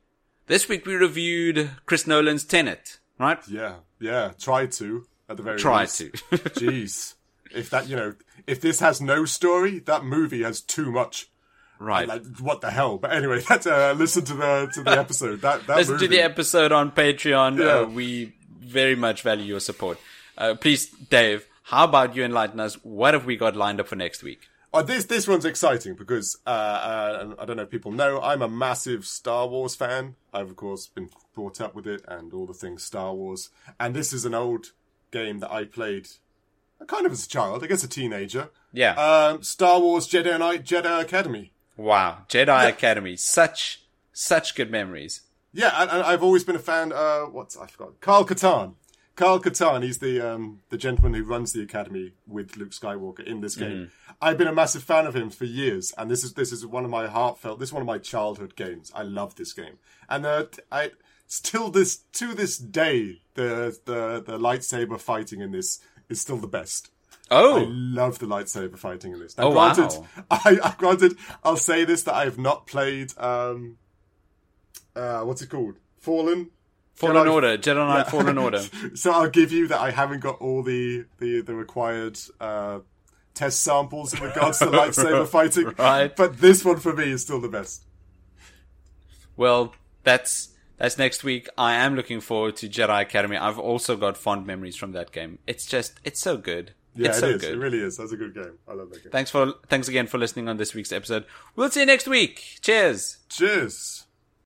this week we reviewed Chris Nolan's Tenet, right? Yeah, yeah. Try to at the very Try least. to. Jeez. If that, you know, if this has no story, that movie has too much. right. Like, what the hell? But anyway, that's, uh, listen to the to the episode. That that Listen movie. to the episode on Patreon. Uh, Yeah. we very much value your support. Uh, please, Dave, how about you enlighten us? What have we got lined up for next week? Oh, this this one's exciting because uh, uh, I don't know if people know I'm a massive Star Wars fan. I've of course been brought up with it and all the things Star Wars. And this is an old game that I played, uh, kind of as a child, I guess a teenager. Yeah. Um, Star Wars Jedi Knight Jedi Academy. wow. Jedi Academy. Such, such good memories. Yeah, and, and I've always been a fan. Uh, what's I forgot? Carl Katan. Carl Katan. He's the um, the gentleman who runs the academy with Luke Skywalker in this game. I've been a massive fan of him for years, and this is this is one of my heartfelt. This is one of my childhood games. I love this game, and uh, t- I still this to this day the the the lightsaber fighting in this is still the best. I Oh, love the lightsaber fighting in this. Now, Oh, granted, wow. I, I granted, I'll say this that I have not played. Um, uh, what's it called? Fallen. Fallen Jedi- Order. Jedi Knight Fallen Order. so I'll give you that I haven't got all the the, the required uh, test samples in regards to lightsaber fighting. Right. But this one for me is still the best. Well, that's, that's next week. I am looking forward to Jedi Academy. I've also got fond memories from that game. It's just, it's so good. Yeah, it's it so is. good. It really is. That's a good game. I love that game. thanks for, thanks again for listening on this week's episode. We'll see you next week. Cheers. Cheers.